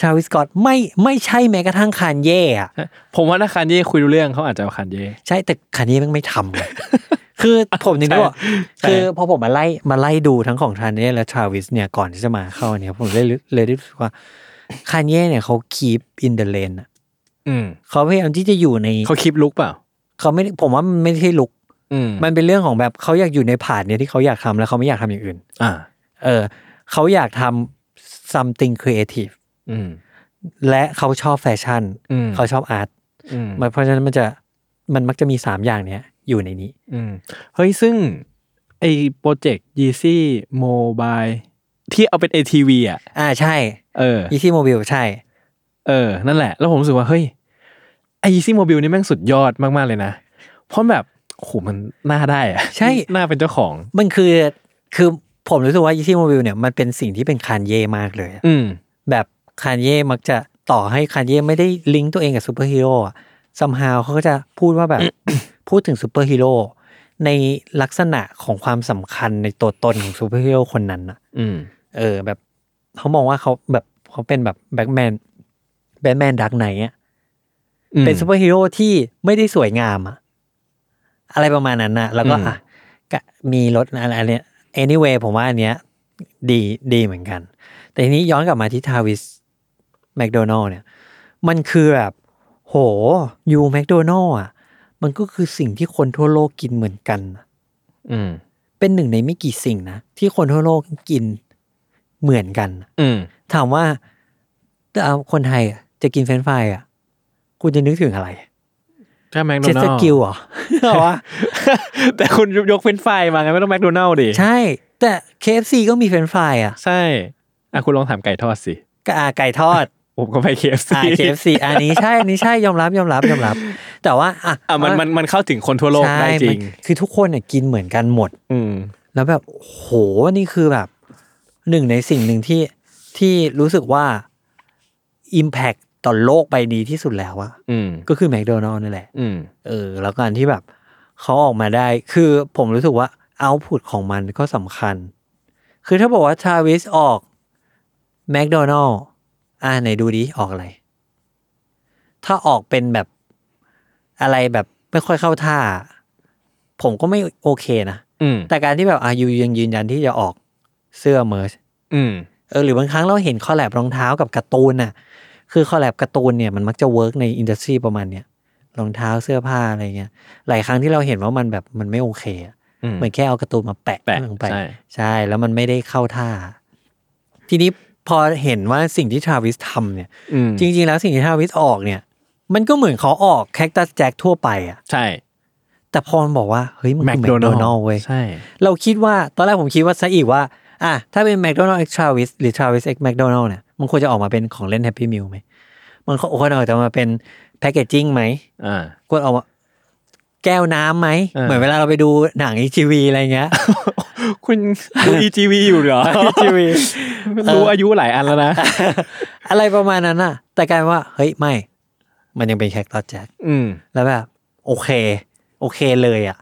Speaker 2: ชาวิสกอตไม่ไม่ใช่แม้กระทั่งคานเย่อะ
Speaker 3: ใช่ ผมว่าถ้าคานเย่คุยรู้เรื่องเขาอาจจะเอาคานเย่
Speaker 2: ใช่แต่คานเย่แม่งไม่ทำ
Speaker 3: <laughs>
Speaker 2: เลยคือผมนึกว่า
Speaker 3: ใช่
Speaker 2: คือพอผมมาไล่มาไล่ดูทั้งของคานเย่และชาวิสเนี่ยก่อนที่จะมาเข้าอันเนี่ยผมเลยเลยรู้สึกว่าคานเย่เนี่ยเขาคีปอินเดเลนอะ
Speaker 3: อืม
Speaker 2: เขาพยายามที่จะอยู่ใน
Speaker 3: เขาคลิปลุกเปล่า
Speaker 2: เขาไม่ได้ผมว่ามันไม่ใช่ลุก
Speaker 3: อืม
Speaker 2: มันเป็นเรื่องของแบบเขาอยากอยู่ในผาดเนี่ยที่เขาอยากทำแล้วเขาไม่อยากทำอย่างอื่น
Speaker 3: อ่า
Speaker 2: เออเขาอยากทำ something creative
Speaker 3: อืม
Speaker 2: และเขาชอบแฟชั่น
Speaker 3: อืม
Speaker 2: เขาชอบอาร์ต
Speaker 3: อืม
Speaker 2: มันเพราะฉะนั้นมันจะมันมักจะมี 3 อย่างเนี้ยอยู่ในนี้
Speaker 3: อืมเฮ้ย ซึ่ง ไอ้โปรเจกต์ Yeezy Mobile ที่เอาเป็น ATV อ่ะ
Speaker 2: อ่าใช่
Speaker 3: เออ
Speaker 2: อีซี่โมบิลใช่
Speaker 3: เออ นั่นแหละ แล้วผมรู้สึกว่า เฮ้ย ไอ้ Yeezy Mobile นี่แม่งสุดยอดมาก ๆ เลยนะ เพราะแบบโอ้โหมันน่าได้อ่ะ
Speaker 2: ใช่
Speaker 3: น่าเป็นเจ้าของ
Speaker 2: มันคือคือผมรู้สึกว่าอีซี่โมบิลเนี่ยมันเป็นสิ่งที่เป็นคานเย่มากเลยอะ
Speaker 3: อืม
Speaker 2: แบบคานเย่มักจะต่อให้คานเย่ไม่ได้ลิงก์ตัวเองกับซูเปอร์ฮีโร่ซัมฮาวเขาก็จะพูดว่าแบบ <coughs> พูดถึงซูเปอร์ฮีโร่ในลักษณะของความสำคัญในตัวตนของซูเปอร์ฮีโร่คนนั้นอะ
Speaker 3: อืม
Speaker 2: เออแบบเขามองว่าเขาแบบเขาเป็นแบบแบทแมนแบทแมนดักไนอ่ะเป็นซูเปอร์ฮีโร่ที่ไม่ได้สวยงามอะอะไรประมาณนั้นนะแล้วก็
Speaker 3: อืม
Speaker 2: อ่ะก็มีรถอะไรอันเนี้ย anyway ผมว่าอันเนี้ยดีดีเหมือนกัน แต่ทีนี้ย้อนกลับมาที่ทาวิสแม d โดนัลเนี่ย มันคือแบบ โหยูแม d โดนัลอ่ะ มันก็คือสิ่งที่คนทั่วโลกกินเหมือนกันอะ
Speaker 3: อืม
Speaker 2: เป็นหนึ่งในไม่กี่สิ่งนะ ที่คนทั่วโลกกินเหมือนกัน
Speaker 3: อืม
Speaker 2: ถามว่าเอาคนไทยอะจะกินเฟรนช์ฟรายอ่ะ คุณจะนึกถึงอะไร
Speaker 3: ถ้าแมคโด
Speaker 2: เชส
Speaker 3: นั
Speaker 2: เตอ
Speaker 3: ล
Speaker 2: ร์กิลเหรอ เหรอวะ
Speaker 3: แต่คุณยกเฟรนช์ฟรายมาไงไม่ต้องแมคโดนัลดิ
Speaker 2: ใช่ แต่ KFC ก็มีเฟรนช์ฟรายอ่ะ
Speaker 3: ใช่อ่ะคุณลองถามไก่ทอดสิ
Speaker 2: กะอ่าไก่ทอด
Speaker 3: ผมก็ไป KFC <laughs>
Speaker 2: อ่า KFC อันนี้ใช่ อันนี้ใช่ยอมรับยอมรับยอมรับ แต่ว่าอ่ะ
Speaker 3: อ่ะมันมันมันเข้าถึงคนทั่วโลก
Speaker 2: ใช่
Speaker 3: ได้จริง
Speaker 2: มันคือทุกคนเนี่ยกินเหมือนกันหมด
Speaker 3: อืม
Speaker 2: แล้วแบบโหนี่คือแบบหนึ่งในสิ่งหนึ่งที่ที่รู้สึกว่า Impact ต่อโลกใบนี้ที่สุดแล้วอะ
Speaker 3: อืม
Speaker 2: ก็คือแม d โดนัล s นั่นแหละ
Speaker 3: อืม
Speaker 2: เออแล้วการที่แบบเขาออกมาได้ คือผมรู้สึกว่าเอาพุตของมันก็สำคัญ คือถ้าบอกว่าทาวิสออกแม d โดนัล s อ่าไหนดูดิ ออกอะไร ถ้าออกเป็นแบบอะไรแบบไม่ค่อยเข้าท่า ผมก็ไม่โอเคนะ
Speaker 3: อืม
Speaker 2: แต่การที่แบบอายูยังยืนยันที่จะออกเสื้อเมอร์ช
Speaker 3: อืม
Speaker 2: เออหรือบางครั้งเราเห็นคอลแลบรองเท้ากับการ์ตูนน่ะ คือคอลแลบการ์ตูนเนี่ยมันมักจะเวิร์กในอินดัสทรีประมาณเนี้ยรองเท้าเสื้อผ้าอะไรเงี้ยหลายครั้งที่เราเห็นว่ามันแบบมันไม่โอเคอะ
Speaker 3: อืม
Speaker 2: เหมือนแค่เอาการ์ตูนมาแปะ
Speaker 3: แปะ
Speaker 2: ลงไป
Speaker 3: ใช่
Speaker 2: ใช่แล้วมันไม่ได้เข้าท่า ทีนี้พอเห็นว่าสิ่งที่ทราวิสทำเนี่ย
Speaker 3: อืม
Speaker 2: จริง ๆ แล้วสิ่งที่ทราวิสออกเนี่ย มันก็เหมือนเขาออกแคคตัสแจ็คทั่วไปอะ
Speaker 3: ใช่
Speaker 2: แต่พอมันบอกว่าเฮ้ยมัน
Speaker 3: แม
Speaker 2: คื
Speaker 3: ค
Speaker 2: อแม
Speaker 3: โด
Speaker 2: คโด
Speaker 3: นั
Speaker 2: นั
Speaker 3: ล
Speaker 2: ล
Speaker 3: ด์
Speaker 2: เว้ย
Speaker 3: ใช่
Speaker 2: เราคิดว่าตอนแรกผมคิดว่าซะอีกว่า อ่ะถ้าเป็น McDonald X Travis หรือ Travis X McDonald เนี่ย มันควรจะออกมาเป็นของเล่น Happy Meal ไหม มันควรออกจะมาเป็นแพ c เกจจิ้งไหม
Speaker 3: อ่า
Speaker 2: ควรออกมาแก้วน้ำไหม
Speaker 3: เออ
Speaker 2: เหมือนเวลาเราไปดูหนัง EGV อะไรเงี้ย
Speaker 3: <laughs> คุณดู EGV อยู่เหรอ
Speaker 2: EGV
Speaker 3: <laughs> รู้อายุหลายอันแล้วนะ
Speaker 2: อะไรประมาณนั้นอะแต่กลายเป็นว่า เฮ้ย ไม่ มันยังเป็นแคคตัสแจ็ค
Speaker 3: อืม
Speaker 2: แล้วแบบ โอเค โอเคเลยอะ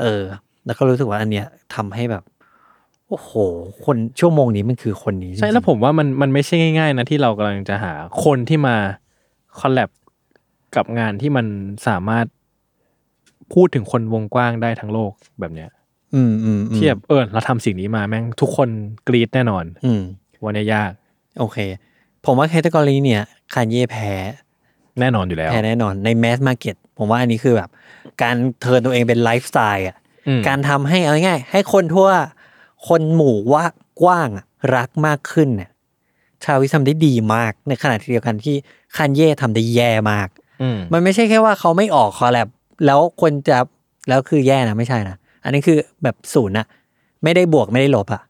Speaker 2: เออ แล้วก็รู้สึกว่าอันเนี้ยทำให้แบบ โอ้โห คนชั่วโมงนี้มันคือคนนี้จ
Speaker 3: ใช่
Speaker 2: ริงๆ
Speaker 3: แล้วผมว่ามันมันไม่ใช่ง่าย ๆ นะ ที่เรากำลังจะหาคนที่มาคอลแลบกับงานที่มันสามารถพูดถึงคนวงกว้างได้ทั้งโลกแบบเนี้ย
Speaker 2: อืมอืมอืม
Speaker 3: เทียบเออเราทำสิ่งนี้มาแม่งทุกคนกรี๊ดแน่นอน
Speaker 2: อืม
Speaker 3: วันนี้ยาก
Speaker 2: โอเค ผมว่าแคตตากรีเนี่ยคานเย่แพ้
Speaker 3: แน่นอนอยู่แล้ว
Speaker 2: แพ้แน่นอนในแมสมา r k เก็ตผมว่าอันนี้คือแบบ การเทิร์นตัวเองเป็นไลฟ์สไตล์อ่ะ
Speaker 3: อืม
Speaker 2: การทำให้เอาง่ายๆให้คนทั่ว คนหมู่ว่ากว้างอะรักมากขึ้นเนี่ยชาวิสทำได้ดีมากในขณะที่เดียวกันที่คานเย่ทำได้แย่มาก
Speaker 3: อืม
Speaker 2: มันไม่ใช่แค่ว่าเขาไม่ออกคอแลบแล้วคนจะแล้วคือแย่นะไม่ใช่นะ อันนี้คือแบบศูนย์อะไม่ได้บวกไม่ได้ลบอะ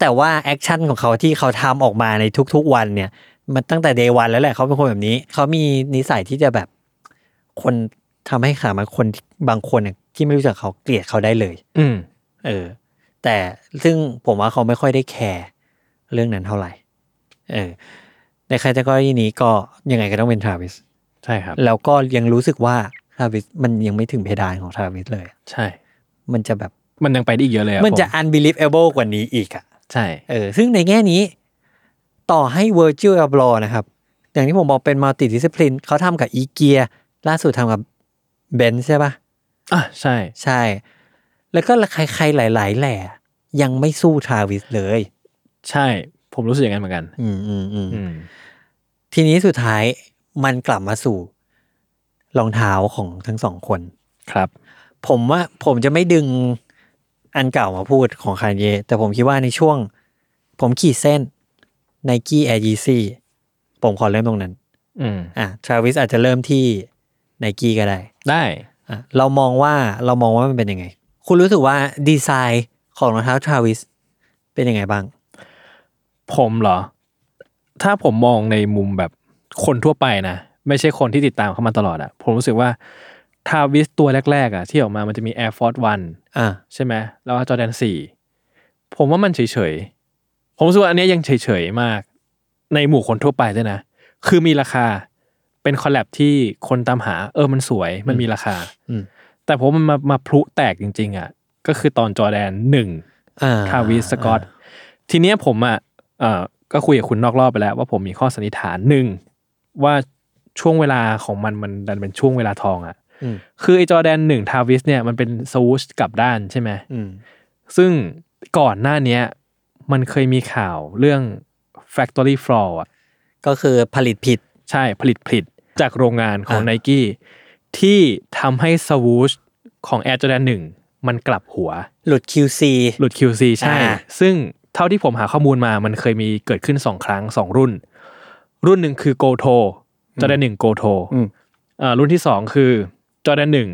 Speaker 2: แต่ว่าแอคชั่นของเขาที่เขาทำออกมาในทุกๆวันเนี่ย มันตั้งแต่เดวันแล้วแหละเขาเป็นคนแบบนี้ เขามีนิสัยที่จะแบบคนทำให้ขามาคนบางคนเนี่ยที่ไม่รู้จักเขาเกลียดเขาได้เลย
Speaker 3: อืม
Speaker 2: เออ แต่ซึ่งผมว่าเขาไม่ค่อยได้แคร์เรื่องนั้นเท่าไหร่ เออ ในแคตตากรีนี้ก็ยังไงก็ต้องเป็นทราวิส
Speaker 3: ใช่ครับ
Speaker 2: แล้วก็ยังรู้สึกว่าทราวิสมันยังไม่ถึงเพดานของทราวิสเลย
Speaker 3: ใช่
Speaker 2: มันจะแบบ
Speaker 3: มันยังไปได้อีกเยอะเลยอ
Speaker 2: มันจะ
Speaker 3: ผ
Speaker 2: unbelievable กว่านี้อีกอะ
Speaker 3: ใช่
Speaker 2: เออ ซึ่งในแง่นี้ ต่อให้ Virgil Abloh นะครับ อย่างที่ผมบอกเป็น multidiscipline เขาทำกับอีเกียล่าสุดทำกับเบนใช่ปะ
Speaker 3: อ่ะใช่
Speaker 2: ใช่ แล้วก็ใครๆหลาย ๆ แหล่ยังไม่สู้ทราวิสเลย
Speaker 3: ใช่ ผมรู้สึกอย่างนั้นเหมือนกัน
Speaker 2: อืมอืมอืม
Speaker 3: อืม
Speaker 2: ทีนี้สุดท้ายมันกลับมาสู่รองเท้าของทั้งสองคน
Speaker 3: ครับ
Speaker 2: ผมว่าผมจะไม่ดึงอันเก่ามาพูดของคานเย แต่ผมคิดว่าในช่วง ผมขีดเส้นไนกี้แอร์ยีซี่ผมขอเริ่มตรงนั้น
Speaker 3: อืม
Speaker 2: อ่ะทราวิสอาจจะเริ่มที่ไนกี้ก็ได้
Speaker 3: ได้
Speaker 2: อ่ะเรามองว่าเรามองว่ามันเป็นยังไง คุณรู้สึกว่าดีไซน์ของรองเท้าทราวิสเป็นยังไงบ้าง
Speaker 3: ผมเหรอ ถ้าผมมองในมุมแบบคนทั่วไปนะ ไม่ใช่คนที่ติดตามเขามาตลอดอะผมรู้สึกว่าทาวิสตัวแรก ๆอะที่ออกมามันจะมี Air Force 1
Speaker 2: อ่า
Speaker 3: ใช่ไหมแล้วจอแดนสี่ผมว่ามันเฉยๆ ผมรู้สึกว่าอันเนี้ยยังเฉยๆ มาก ในหมู่คนทั่วไปด้วยนะ คือมีราคาเป็นคอลแลบที่คนตามหา เออมันสวยมันมีราคา
Speaker 2: อืม
Speaker 3: แต่ผมว่ามันมามาพลุแตกจริง ๆอะก็คือตอนจอแดนหนึ่ง
Speaker 2: อ่า
Speaker 3: ทาวิสสกอตทีเนี้ยผมอ่ะเอ่อก็คุยกับคุณนอกรอบไปแล้ว ว่าผมมีข้อสันนิษฐานหนึ่งว่าช่วงเวลาของมันมันดันเป็นช่วงเวลาทองอ่ะ
Speaker 2: อืม
Speaker 3: คือไอจอแดนหนึ่งทาวิสเนี่ยมันเป็นสวูชกลับด้านใช่ไหม
Speaker 2: อืม
Speaker 3: ซึ่งก่อนหน้าเนี้ยมันเคยมีข่าวเรื่อง factory floor อ่ะ
Speaker 2: ก็คือผลิตผิด
Speaker 3: ใช่ผลิตผลิตจากโรงงานของ
Speaker 2: อ่ะ
Speaker 3: ไนกี้ที่ทำให้สวูชของ Air Jordan 1 มันกลับหัว
Speaker 2: หลุด QC
Speaker 3: หลุด QC ใช่
Speaker 2: อ่า
Speaker 3: ซึ่งเท่าที่ผมหาข้อมูลมา มันเคยมีเกิดขึ้นสองครั้งสองรุ่น รุ่นหนึ่งคือโกโทจอแดนหนึ่งโกโท
Speaker 2: อืม
Speaker 3: รุ่นที่สองคือจอแดนหนึ่ง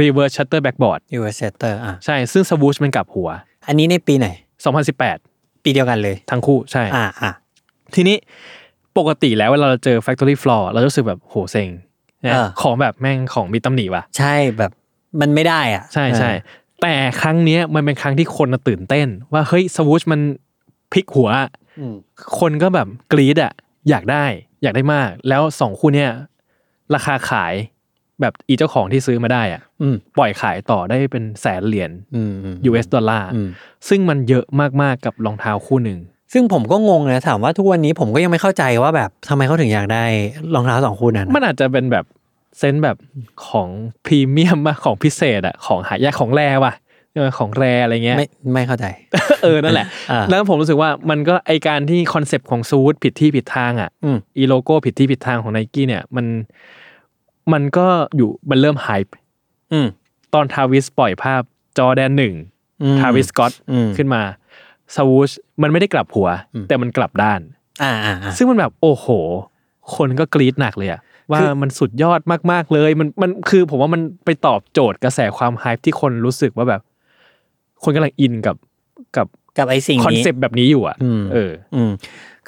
Speaker 3: รีเวิร์สชัตเตอร์แบ็กบอร์ด
Speaker 2: u s s e t t e r อ่ะ
Speaker 3: ใช่ ซึ่งสวูชมันกลับหัว
Speaker 2: อันนี้ในปีไหน
Speaker 3: 2018
Speaker 2: ปีเดียวกันเลย
Speaker 3: ทั้งคู่ใช่
Speaker 2: อ่าอ่า
Speaker 3: ทีนี้ปกติแล้วเวลาเราเจอ Factory Floor เราจะรู้สึกแบบโหเซ็งนะของแบบแม่งของมีตำหนิว่ะ
Speaker 2: ใช่แบบมันไม่ได้อ่ะ
Speaker 3: ใช่ใช่
Speaker 2: เออ
Speaker 3: แต่ครั้งเนี้ยมันเป็นครั้งที่คนน่ะตื่นเต้น ว่าเฮ้ยสวูชมันพลิกหัว
Speaker 2: อืม
Speaker 3: คนก็แบบกรี๊ดอะอยากได้อยากได้มาก แล้วสองคู่เนี่ยราคาขายแบบอีเจ้าของที่ซื้อมาได้อะ
Speaker 2: อืม
Speaker 3: ปล่อยขายต่อได้เป็นแสนเหรียญ
Speaker 2: อืมอืม
Speaker 3: US ดอลลาร์
Speaker 2: อืม
Speaker 3: ซึ่งมันเยอะมาก ๆ กับรองเท้าคู่หนึ่ง
Speaker 2: ซึ่งผมก็งงนะถามว่าทุกวันนี้ผมก็ยังไม่เข้าใจว่าแบบทำไมเขาถึงอยากได้รองเท้าสองคู่นั้น
Speaker 3: มันอาจจะเป็นแบบเซนส์แบบของพรีเมียมอะของพิเศษอะของหายากของแรว่ะเออของแรอะไรเงี้ย
Speaker 2: ไม่ไม่เข้าใจ
Speaker 3: เออ นั่นแหละ
Speaker 2: อ่า
Speaker 3: แล้วผมรู้สึกว่ามันก็ไอการที่คอนเซปต์ของซูทผิดที่ผิดทางอ่ะ
Speaker 2: อืม
Speaker 3: อีโลโก้ผิดที่ผิดทางของไนกี้เนี่ย มันมันก็อยู่มันเริ่ม hype
Speaker 2: อืม
Speaker 3: ตอนทาวิสปล่อยภาพจอแดนหนึ่ง
Speaker 2: อืม
Speaker 3: ทาวิสสกอต
Speaker 2: อืม
Speaker 3: ขึ้นมาสวูชมันไม่ได้กลับหัว
Speaker 2: อืม
Speaker 3: แต่มันกลับด้าน
Speaker 2: อ่าอ่าอ่า
Speaker 3: ซึ่งมันแบบโอ้โห คนก็กรี๊ดหนักเลยอะว่า
Speaker 2: คือ
Speaker 3: มันสุดยอดมาก ๆ เลย มันมันคือผมว่ามันไปตอบโจทย์กระแสความ hype ที่คนรู้สึกว่าแบบ คนกำลังอินกับกับ
Speaker 2: กับไอ้สิ่ง
Speaker 3: คอน
Speaker 2: นี้
Speaker 3: เซปต์แบบนี้อยู่อ่ะ
Speaker 2: อืม
Speaker 3: เออ
Speaker 2: อืม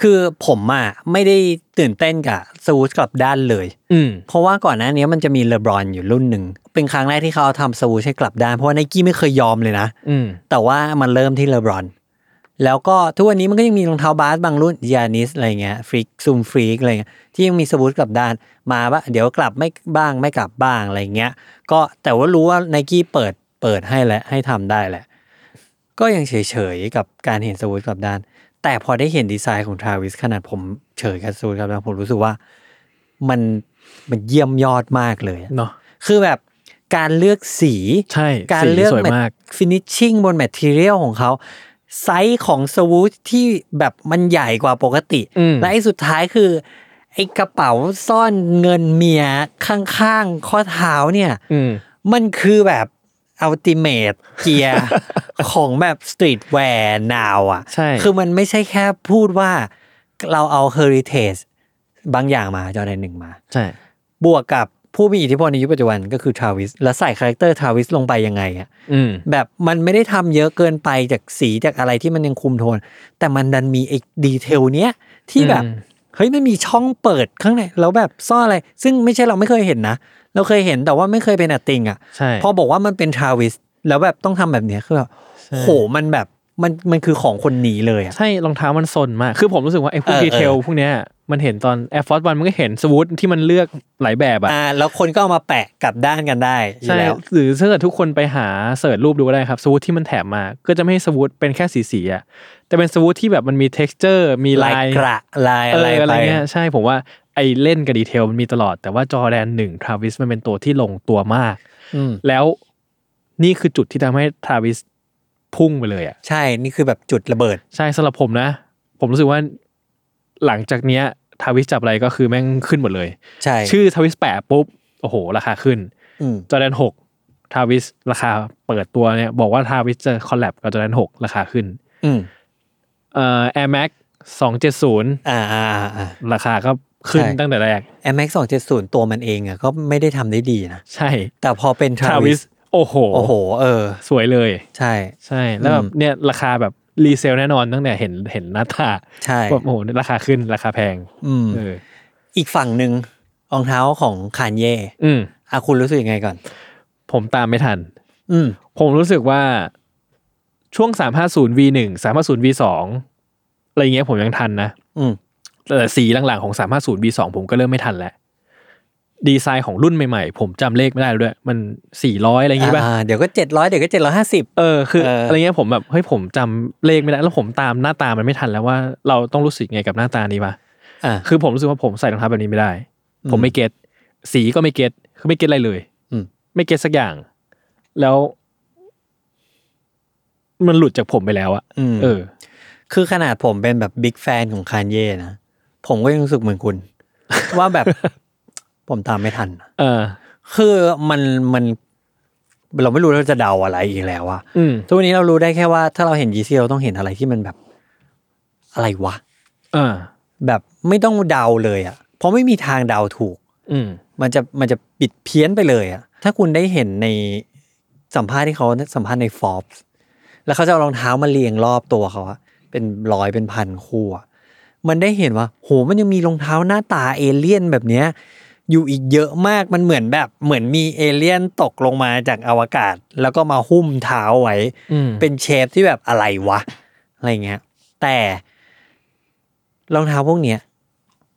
Speaker 2: คือผมอ่ะไม่ได้ตื่นเต้นกับซูชกลับด้านเลย
Speaker 3: อืม
Speaker 2: เพราะว่าก่อนหน้านี้มันจะมีเลบรอนอยู่รุ่นหนึ่ง เป็นครั้งแรกที่เขาทำซูชให้กลับด้าน เพราะว่าไนกี้ไม่เคยยอมเลยนะ
Speaker 3: อืม
Speaker 2: แต่ว่ามันเริ่มที่เลบรอน แล้วก็ทุกวันนี้มันก็ยังมีรองเท้าบาสบางรุ่นยานิสอะไรเงี้ยฟรีกซูมฟรีกอะไรเงี้ยที่ยังมีสวูทกลับด้านมาว่าเดี๋ยวกลับไม่บ้างไม่กลับบ้างอะไรเงี้ย ก็แต่ว่ารู้ว่าไนกี้เปิดเปิดให้แหละให้ทำได้แหละ ก็ยังเฉยๆกับการเห็นสวูทกลับด้าน แต่พอได้เห็นดีไซน์ของทราวิสขนาดผมเฉยกับสวูทกลับด้านผมรู้สึกว่ามันมันเยี่ยมยอดมากเลยอะ
Speaker 3: เนาะ
Speaker 2: คือแบบการเลือกสี
Speaker 3: ใช่
Speaker 2: การเลือก
Speaker 3: สีสวยมาก
Speaker 2: ฟินิชชิ่งบนแมทเทียลของเขาไซส์ของสวูชที่แบบมันใหญ่กว่าปกติ
Speaker 3: อืม
Speaker 2: และไอ้สุดท้ายคือ ไอ้กระเป๋าซ่อนเงินเมียข้างๆ ข้อเท้าเนี่ย
Speaker 3: อืม
Speaker 2: มันคือแบบอัลติเม e เกีย
Speaker 3: <laughs>
Speaker 2: ร์ ของแบบสตรีทแวร์นาวอ่ะ
Speaker 3: ใช่
Speaker 2: คือมันไม่ใช่แค่พูดว่าเราเอาเฮอริเท e บางอย่างมาจอแดนหนึ่งมา
Speaker 3: ใช่
Speaker 2: บวกกับ ผู้มีอิทธิพลในยุคปัจจุบันก็คือทราวิสแล้วใส่คาแรคเตอร์ทราวิสลงไปยังไงอะ
Speaker 3: อืม
Speaker 2: แบบมันไม่ได้ทำเยอะเกินไปจากสีจากอะไรที่มันยังคุมโทน แต่มันดันมีไอ้ดีเทลเนี้ยที่แบบ
Speaker 3: อืม
Speaker 2: เฮ้ยมันมีช่องเปิดข้างในแล้วแบบซ่อนอะไร ซึ่งไม่ใช่เราไม่เคยเห็นนะ เราเคยเห็นแต่ว่าไม่เคยเป็นอะติงอะ
Speaker 3: ใช่
Speaker 2: พอบอกว่ามันเป็นทราวิสแล้วแบบต้องทำแบบเนี้ยคือแบบโหมันแบบมันมันคือของคนหนีเลยอะ
Speaker 3: ใช่รองเท้ามันซนมาก คือผมรู้สึกว่าไอ้พวก
Speaker 2: เออ
Speaker 3: ดีเทล
Speaker 2: เออ
Speaker 3: พวกเนี้ยมันเห็นตอน Air Force One มันก็เห็นสวูทที่มันเลือกหลายแบบอะ
Speaker 2: อ่าแล้วคนก็เอามาแปะกลับด้านกันได้อยู่
Speaker 3: ใช่
Speaker 2: แล้ว
Speaker 3: หรือถ้าเกิดทุกคนไปหาเสิร์ชรูปดูก็ได้ครับสวูทที่มันแถมมา ก็จะไม่ให้สวูทเป็นแค่สีสีๆอะแต่เป็นสวูทที่แบบมันมี texture มี
Speaker 2: ลา
Speaker 3: ลาย ย
Speaker 2: กระลาย
Speaker 3: เอ
Speaker 2: อะไร
Speaker 3: ออะไร
Speaker 2: ไป
Speaker 3: เงี้ยใช่ผมว่าไอ้เล่นกับดีเทลมันมีตลอด แต่ว่าจอแดนหนึ่งทราวิสมันเป็นตัวที่ลงตัวมาก
Speaker 2: อืม
Speaker 3: แล้วนี่คือจุดที่ทำให้ทราวิสพุ่งไปเลยอะ
Speaker 2: ใช่นี่คือแบบจุดระเบิด
Speaker 3: ใช่สำหรับผมนะ ผมรู้สึกว่าหลังจากเนี้ยทาวิสจับอะไรก็คือแม่งขึ้นหมดเลย
Speaker 2: ใช่
Speaker 3: ชื่อทาวิสแปะปุ๊บ โอ้โห ราคาขึ้น
Speaker 2: อืม
Speaker 3: จอแดนหกทาวิสราคาเปิดตัวเนี่ย บอกว่าทาวิสจะคอลแลบกับจอแดนหกราคาขึ้น
Speaker 2: อืม
Speaker 3: เอ่อแอร์แม็กสองเจ็ดศูนย์
Speaker 2: อ่าอ่าอ่า
Speaker 3: ราคาก็ขึ้น
Speaker 2: ใช่
Speaker 3: ตั้งแต่แรก
Speaker 2: MX 270 ตัวมันเองอะก็ไม่ได้ทำได้ดีนะ
Speaker 3: ใช่
Speaker 2: แต่พอเป็นท
Speaker 3: ทา
Speaker 2: รา
Speaker 3: วิ
Speaker 2: วิส
Speaker 3: สโอ้โห
Speaker 2: โอ้โห เออ
Speaker 3: สวยเลย
Speaker 2: ใช่
Speaker 3: ใช่ แล้วแบบ
Speaker 2: อืม
Speaker 3: เนี่ยราคาแบบรีเซลแน่นอนตั้งแต่เห็นเห็นหน้าตา
Speaker 2: ใช่
Speaker 3: แบบโอ้โหราคาขึ้นราคาแพง
Speaker 2: อืม
Speaker 3: เออ
Speaker 2: อีกฝั่งหนึ่งรองเท้าของคานเย่
Speaker 3: อืม
Speaker 2: อะคุณรู้สึกยังไงก่อน
Speaker 3: ผมตามไม่ทัน
Speaker 2: อืม
Speaker 3: ผมรู้สึกว่าช่วง 350 V1 350 V2 อะไรเงี้ยผมยังทันนะ
Speaker 2: อืม
Speaker 3: แต่สีหลังๆของ 350 V2 ผมก็เริ่มไม่ทันแล้ว ดีไซน์ของรุ่นใหม่ๆ ผมจำเลขไม่ได้แล้วด้วย มัน 400 อะไรอย่างงี้ป่ะ
Speaker 2: อ่าเดี๋ยวก็ 700 เดี๋ยวก็ 750
Speaker 3: เออคือ
Speaker 2: เอออ
Speaker 3: อะไรเงี้ยผมแบบเฮ้ยผมจำเลขไม่ได้ แล้วผมตามหน้าตามันไม่ทันแล้วว่าเราต้องรู้สึกไงกับหน้าตานี้ปะ
Speaker 2: อ่า
Speaker 3: คือผมรู้สึกว่าผมใส่รองเท้าแบบนี้ไม่ได้
Speaker 2: อืม
Speaker 3: ผมไม่เก็ตสีก็ไม่เก็ตคือไม่เก็ตอะไรเลย
Speaker 2: อืม
Speaker 3: ไม่เก็ตสักอย่าง แล้ว มันหลุดจากผมไปแล้วอะ
Speaker 2: อืม
Speaker 3: เออ
Speaker 2: คือขนาดผมเป็นแบบบิ๊กแฟนของคานเย่นะ ผมก็ยังรู้สึกเหมือน
Speaker 3: <laughs>
Speaker 2: คุณ ว่าแบบ ผมตามไม่ทัน
Speaker 3: เออ
Speaker 2: คือมันมันเราไม่รู้เราจะเดาอะไรอีกแล้วอะ
Speaker 3: อืม
Speaker 2: ทุกวันนี้เรารู้ได้แค่ว่าถ้าเราเห็นยีซีเราต้องเห็นอะไรที่มันแบบอะไรวะ
Speaker 3: เออ
Speaker 2: แบบไม่ต้องเดาเลยอะ่ะ เพราะไม่มีทางเดาถูก
Speaker 3: อืม
Speaker 2: มันจะมันจะปิดเพี้ยนไปเลยอะ่ะ ถ้าคุณได้เห็นในสัมภาษณ์ที่เขาสัมภาษณ์ในฟอ b ส์แล้วเขาจะเอารองเท้ามาเรียงรอบตัวเขาอะเป็นร้อยเป็นพันคู่อะมันได้เห็นว่า โหมันยังมีรองเท้าหน้าตาเอเลี่ยนแบบเนี้ย อยู่อีกเยอะมากมันเหมือนแบบเหมือนมีเอเลี่ยนตกลงมาจากอวกาศ แล้วก็มาหุ้มเท้าไว้
Speaker 3: อืม
Speaker 2: เป็นเชฟที่แบบอะไรวะ อะไรเงี้ย แต่รองเท้าพวกเนี้ย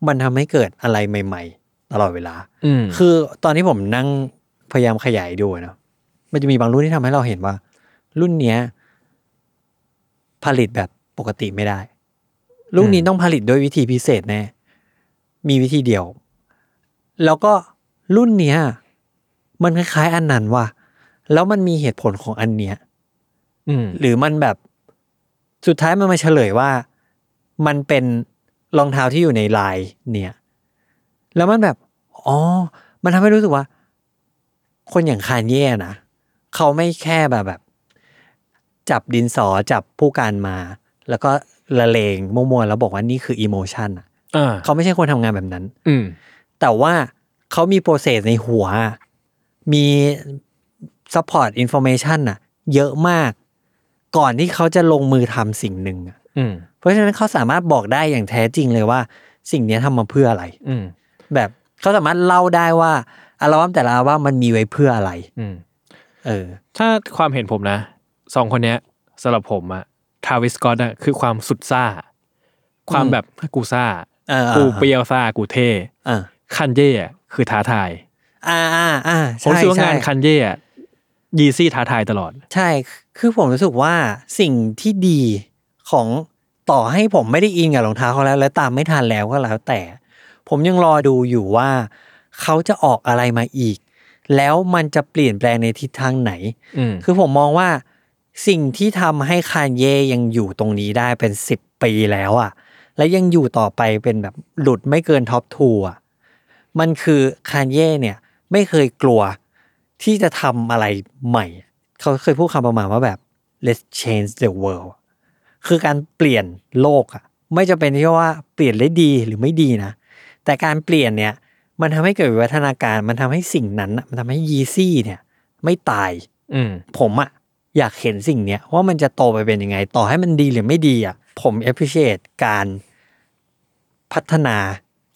Speaker 2: มันทำให้เกิดอะไรใหม่ ๆ ตลอดเวลา
Speaker 3: อืม
Speaker 2: คือตอนที่ผมนั่งพยายามขยายดูอะเนาะมันจะมีบางรุ่นที่ทำให้เราเห็นว่า รุ่นเนี้ย ผลิตแบบปกติไม่ได้ รุ่นนี้ต้องผลิตด้วยวิธีพิเศษแน่มีวิธีเดียว แล้วก็รุ่นเนี้ย มันคล้ายๆอันนั้นว่ะแล้วมันมีเหตุผลของอันเนี้ย
Speaker 3: อืม
Speaker 2: หรือมันแบบสุดท้ายมันมาเฉลยว่ามันเป็นรองเท้าที่อยู่ในลายเนี่ย แล้วมันแบบอ๋อ มันทำให้รู้สึกว่า คนอย่างคานเย่นะเขาไม่แค่แบบแบบ จับดินสอจับผู้การมา แล้วก็ละเลงมั่วๆแล้วบอกว่านี่คืออีโมชันอะ
Speaker 3: อ่า
Speaker 2: เขาไม่ใช่คนทำงานแบบนั้น
Speaker 3: อืม
Speaker 2: แต่ว่าเขามีโปรเซสในหัว มีซัพพอร์ตอินโฟเมชันอะเยอะมาก ก่อนที่เขาจะลงมือทำสิ่งหนึ่งอะ
Speaker 3: อืม
Speaker 2: เพราะฉะนั้นเขาสามารถบอกได้อย่างแท้จริงเลยว่า สิ่งเนี้ยทำมาเพื่ออะไร
Speaker 3: อืม
Speaker 2: แบบเขาสามารถเล่าได้ว่าอัลบั้มแต่ละอัลบั้มมันมีไว้เพื่ออะไร
Speaker 3: อืม
Speaker 2: เออ
Speaker 3: ถ้าความเห็นผมนะสองคนเนี้ยสำหรับผมอะทาวิสกอตอะคือความสุดซ่า ความ
Speaker 2: อืม
Speaker 3: แบบกูซ่า
Speaker 2: เออ
Speaker 3: กูเปรียวซ่ากูเท่
Speaker 2: อ่า
Speaker 3: คันเย่อะคือท้าทาย
Speaker 2: อ่าอ่าอ่า
Speaker 3: ผม
Speaker 2: ใช่
Speaker 3: รู้สึกว่างาน
Speaker 2: ใช่
Speaker 3: คันเย่อะยีซี่ท้าทายตลอด
Speaker 2: ใช่ คือผมรู้สึกว่าสิ่งที่ดีของต่อให้ผมไม่ได้อินกับรองเท้าเขาแล้ว และตามไม่ทันแล้วก็แล้วแต่ ผมยังรอดูอยู่ว่า เขาจะออกอะไรมาอีก แล้วมันจะเปลี่ยนแปลงในทิศทางไหน
Speaker 3: อืม
Speaker 2: คือผมมองว่าสิ่งที่ทำให้คานเย่ยังอยู่ตรงนี้ได้เป็นสิบปีแล้วอะ่ะ และยังอยู่ต่อไปเป็นแบบหลุดไม่เกินท็อปทูอ่ะ มันคือคานเย่เนี่ยไม่เคยกลัวที่จะทำอะไรใหม่ เขาเคยพูดคำประมาณว่าแบบ let's change the world คือการเปลี่ยนโลกอะไม่จำเป็นที่ว่าเปลี่ยนได้ดีหรือไม่ดีนะ แต่การเปลี่ยนเนี่ย มันทำให้เกิดวิวัฒนาการ มันทำให้สิ่งนั้นน่ะมันทำให้ยีซี่เนี่ย ไม่ตาย
Speaker 3: อืม
Speaker 2: ผมอะอยากเห็นสิ่งเนี้ยว่ามันจะโตไปเป็นยังไง ต่อให้มันดีหรือไม่ดีอะผม appreciate การพัฒนา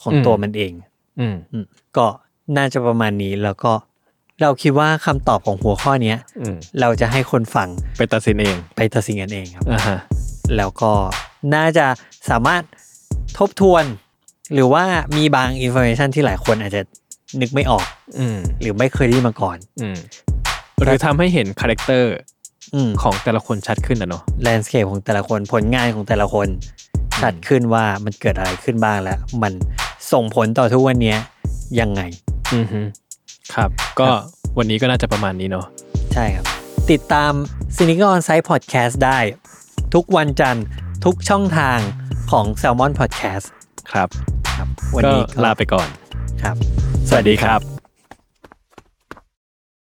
Speaker 2: ของ
Speaker 3: อืม
Speaker 2: ตัวมันเอง
Speaker 3: อืม
Speaker 2: อืมก็น่าจะประมาณนี้แล้วก็เราคิดว่าคำตอบของหัวข้อเนี้ย
Speaker 3: อืม
Speaker 2: เราจะให้คนฟัง
Speaker 3: ไปตัดสินเอง
Speaker 2: ไปตัดสินกันเองครับ
Speaker 3: อ่าฮะ
Speaker 2: แล้วก็น่าจะสามารถทบทวน หรือว่ามีบางอินโฟ a t ชันที่หลายคนอาจจะนึกไม่ออก
Speaker 3: อืม
Speaker 2: หรือไม่เคยได้ยินมาก่อน
Speaker 3: อืม หรือทำให้เห็นคาแรคเตอร์
Speaker 2: อืม
Speaker 3: ของแต่ละคนชัดขึ้นนะเนาะ
Speaker 2: แลนด์สเคปของแต่ละคนผลงานของแต่ละคนชัดขึ้นว่ามันเกิดอะไรขึ้นบ้างและมันส่งผลต่อทุกวันเนี้ยยังไง
Speaker 3: อือฮึครับ ก็วันนี้ก็น่าจะประมาณนี้เนาะ
Speaker 2: ใช่ครับ ติดตาม c i n i c o n Site Podcast ได้ ทุกวันจันทร์ทุกช่องทางของ Salmon Podcast
Speaker 3: ครับ
Speaker 2: ครับ วัน
Speaker 3: ก็
Speaker 2: นี้
Speaker 3: ลาไปก่อน
Speaker 2: ครับ
Speaker 3: สวัสดีครับ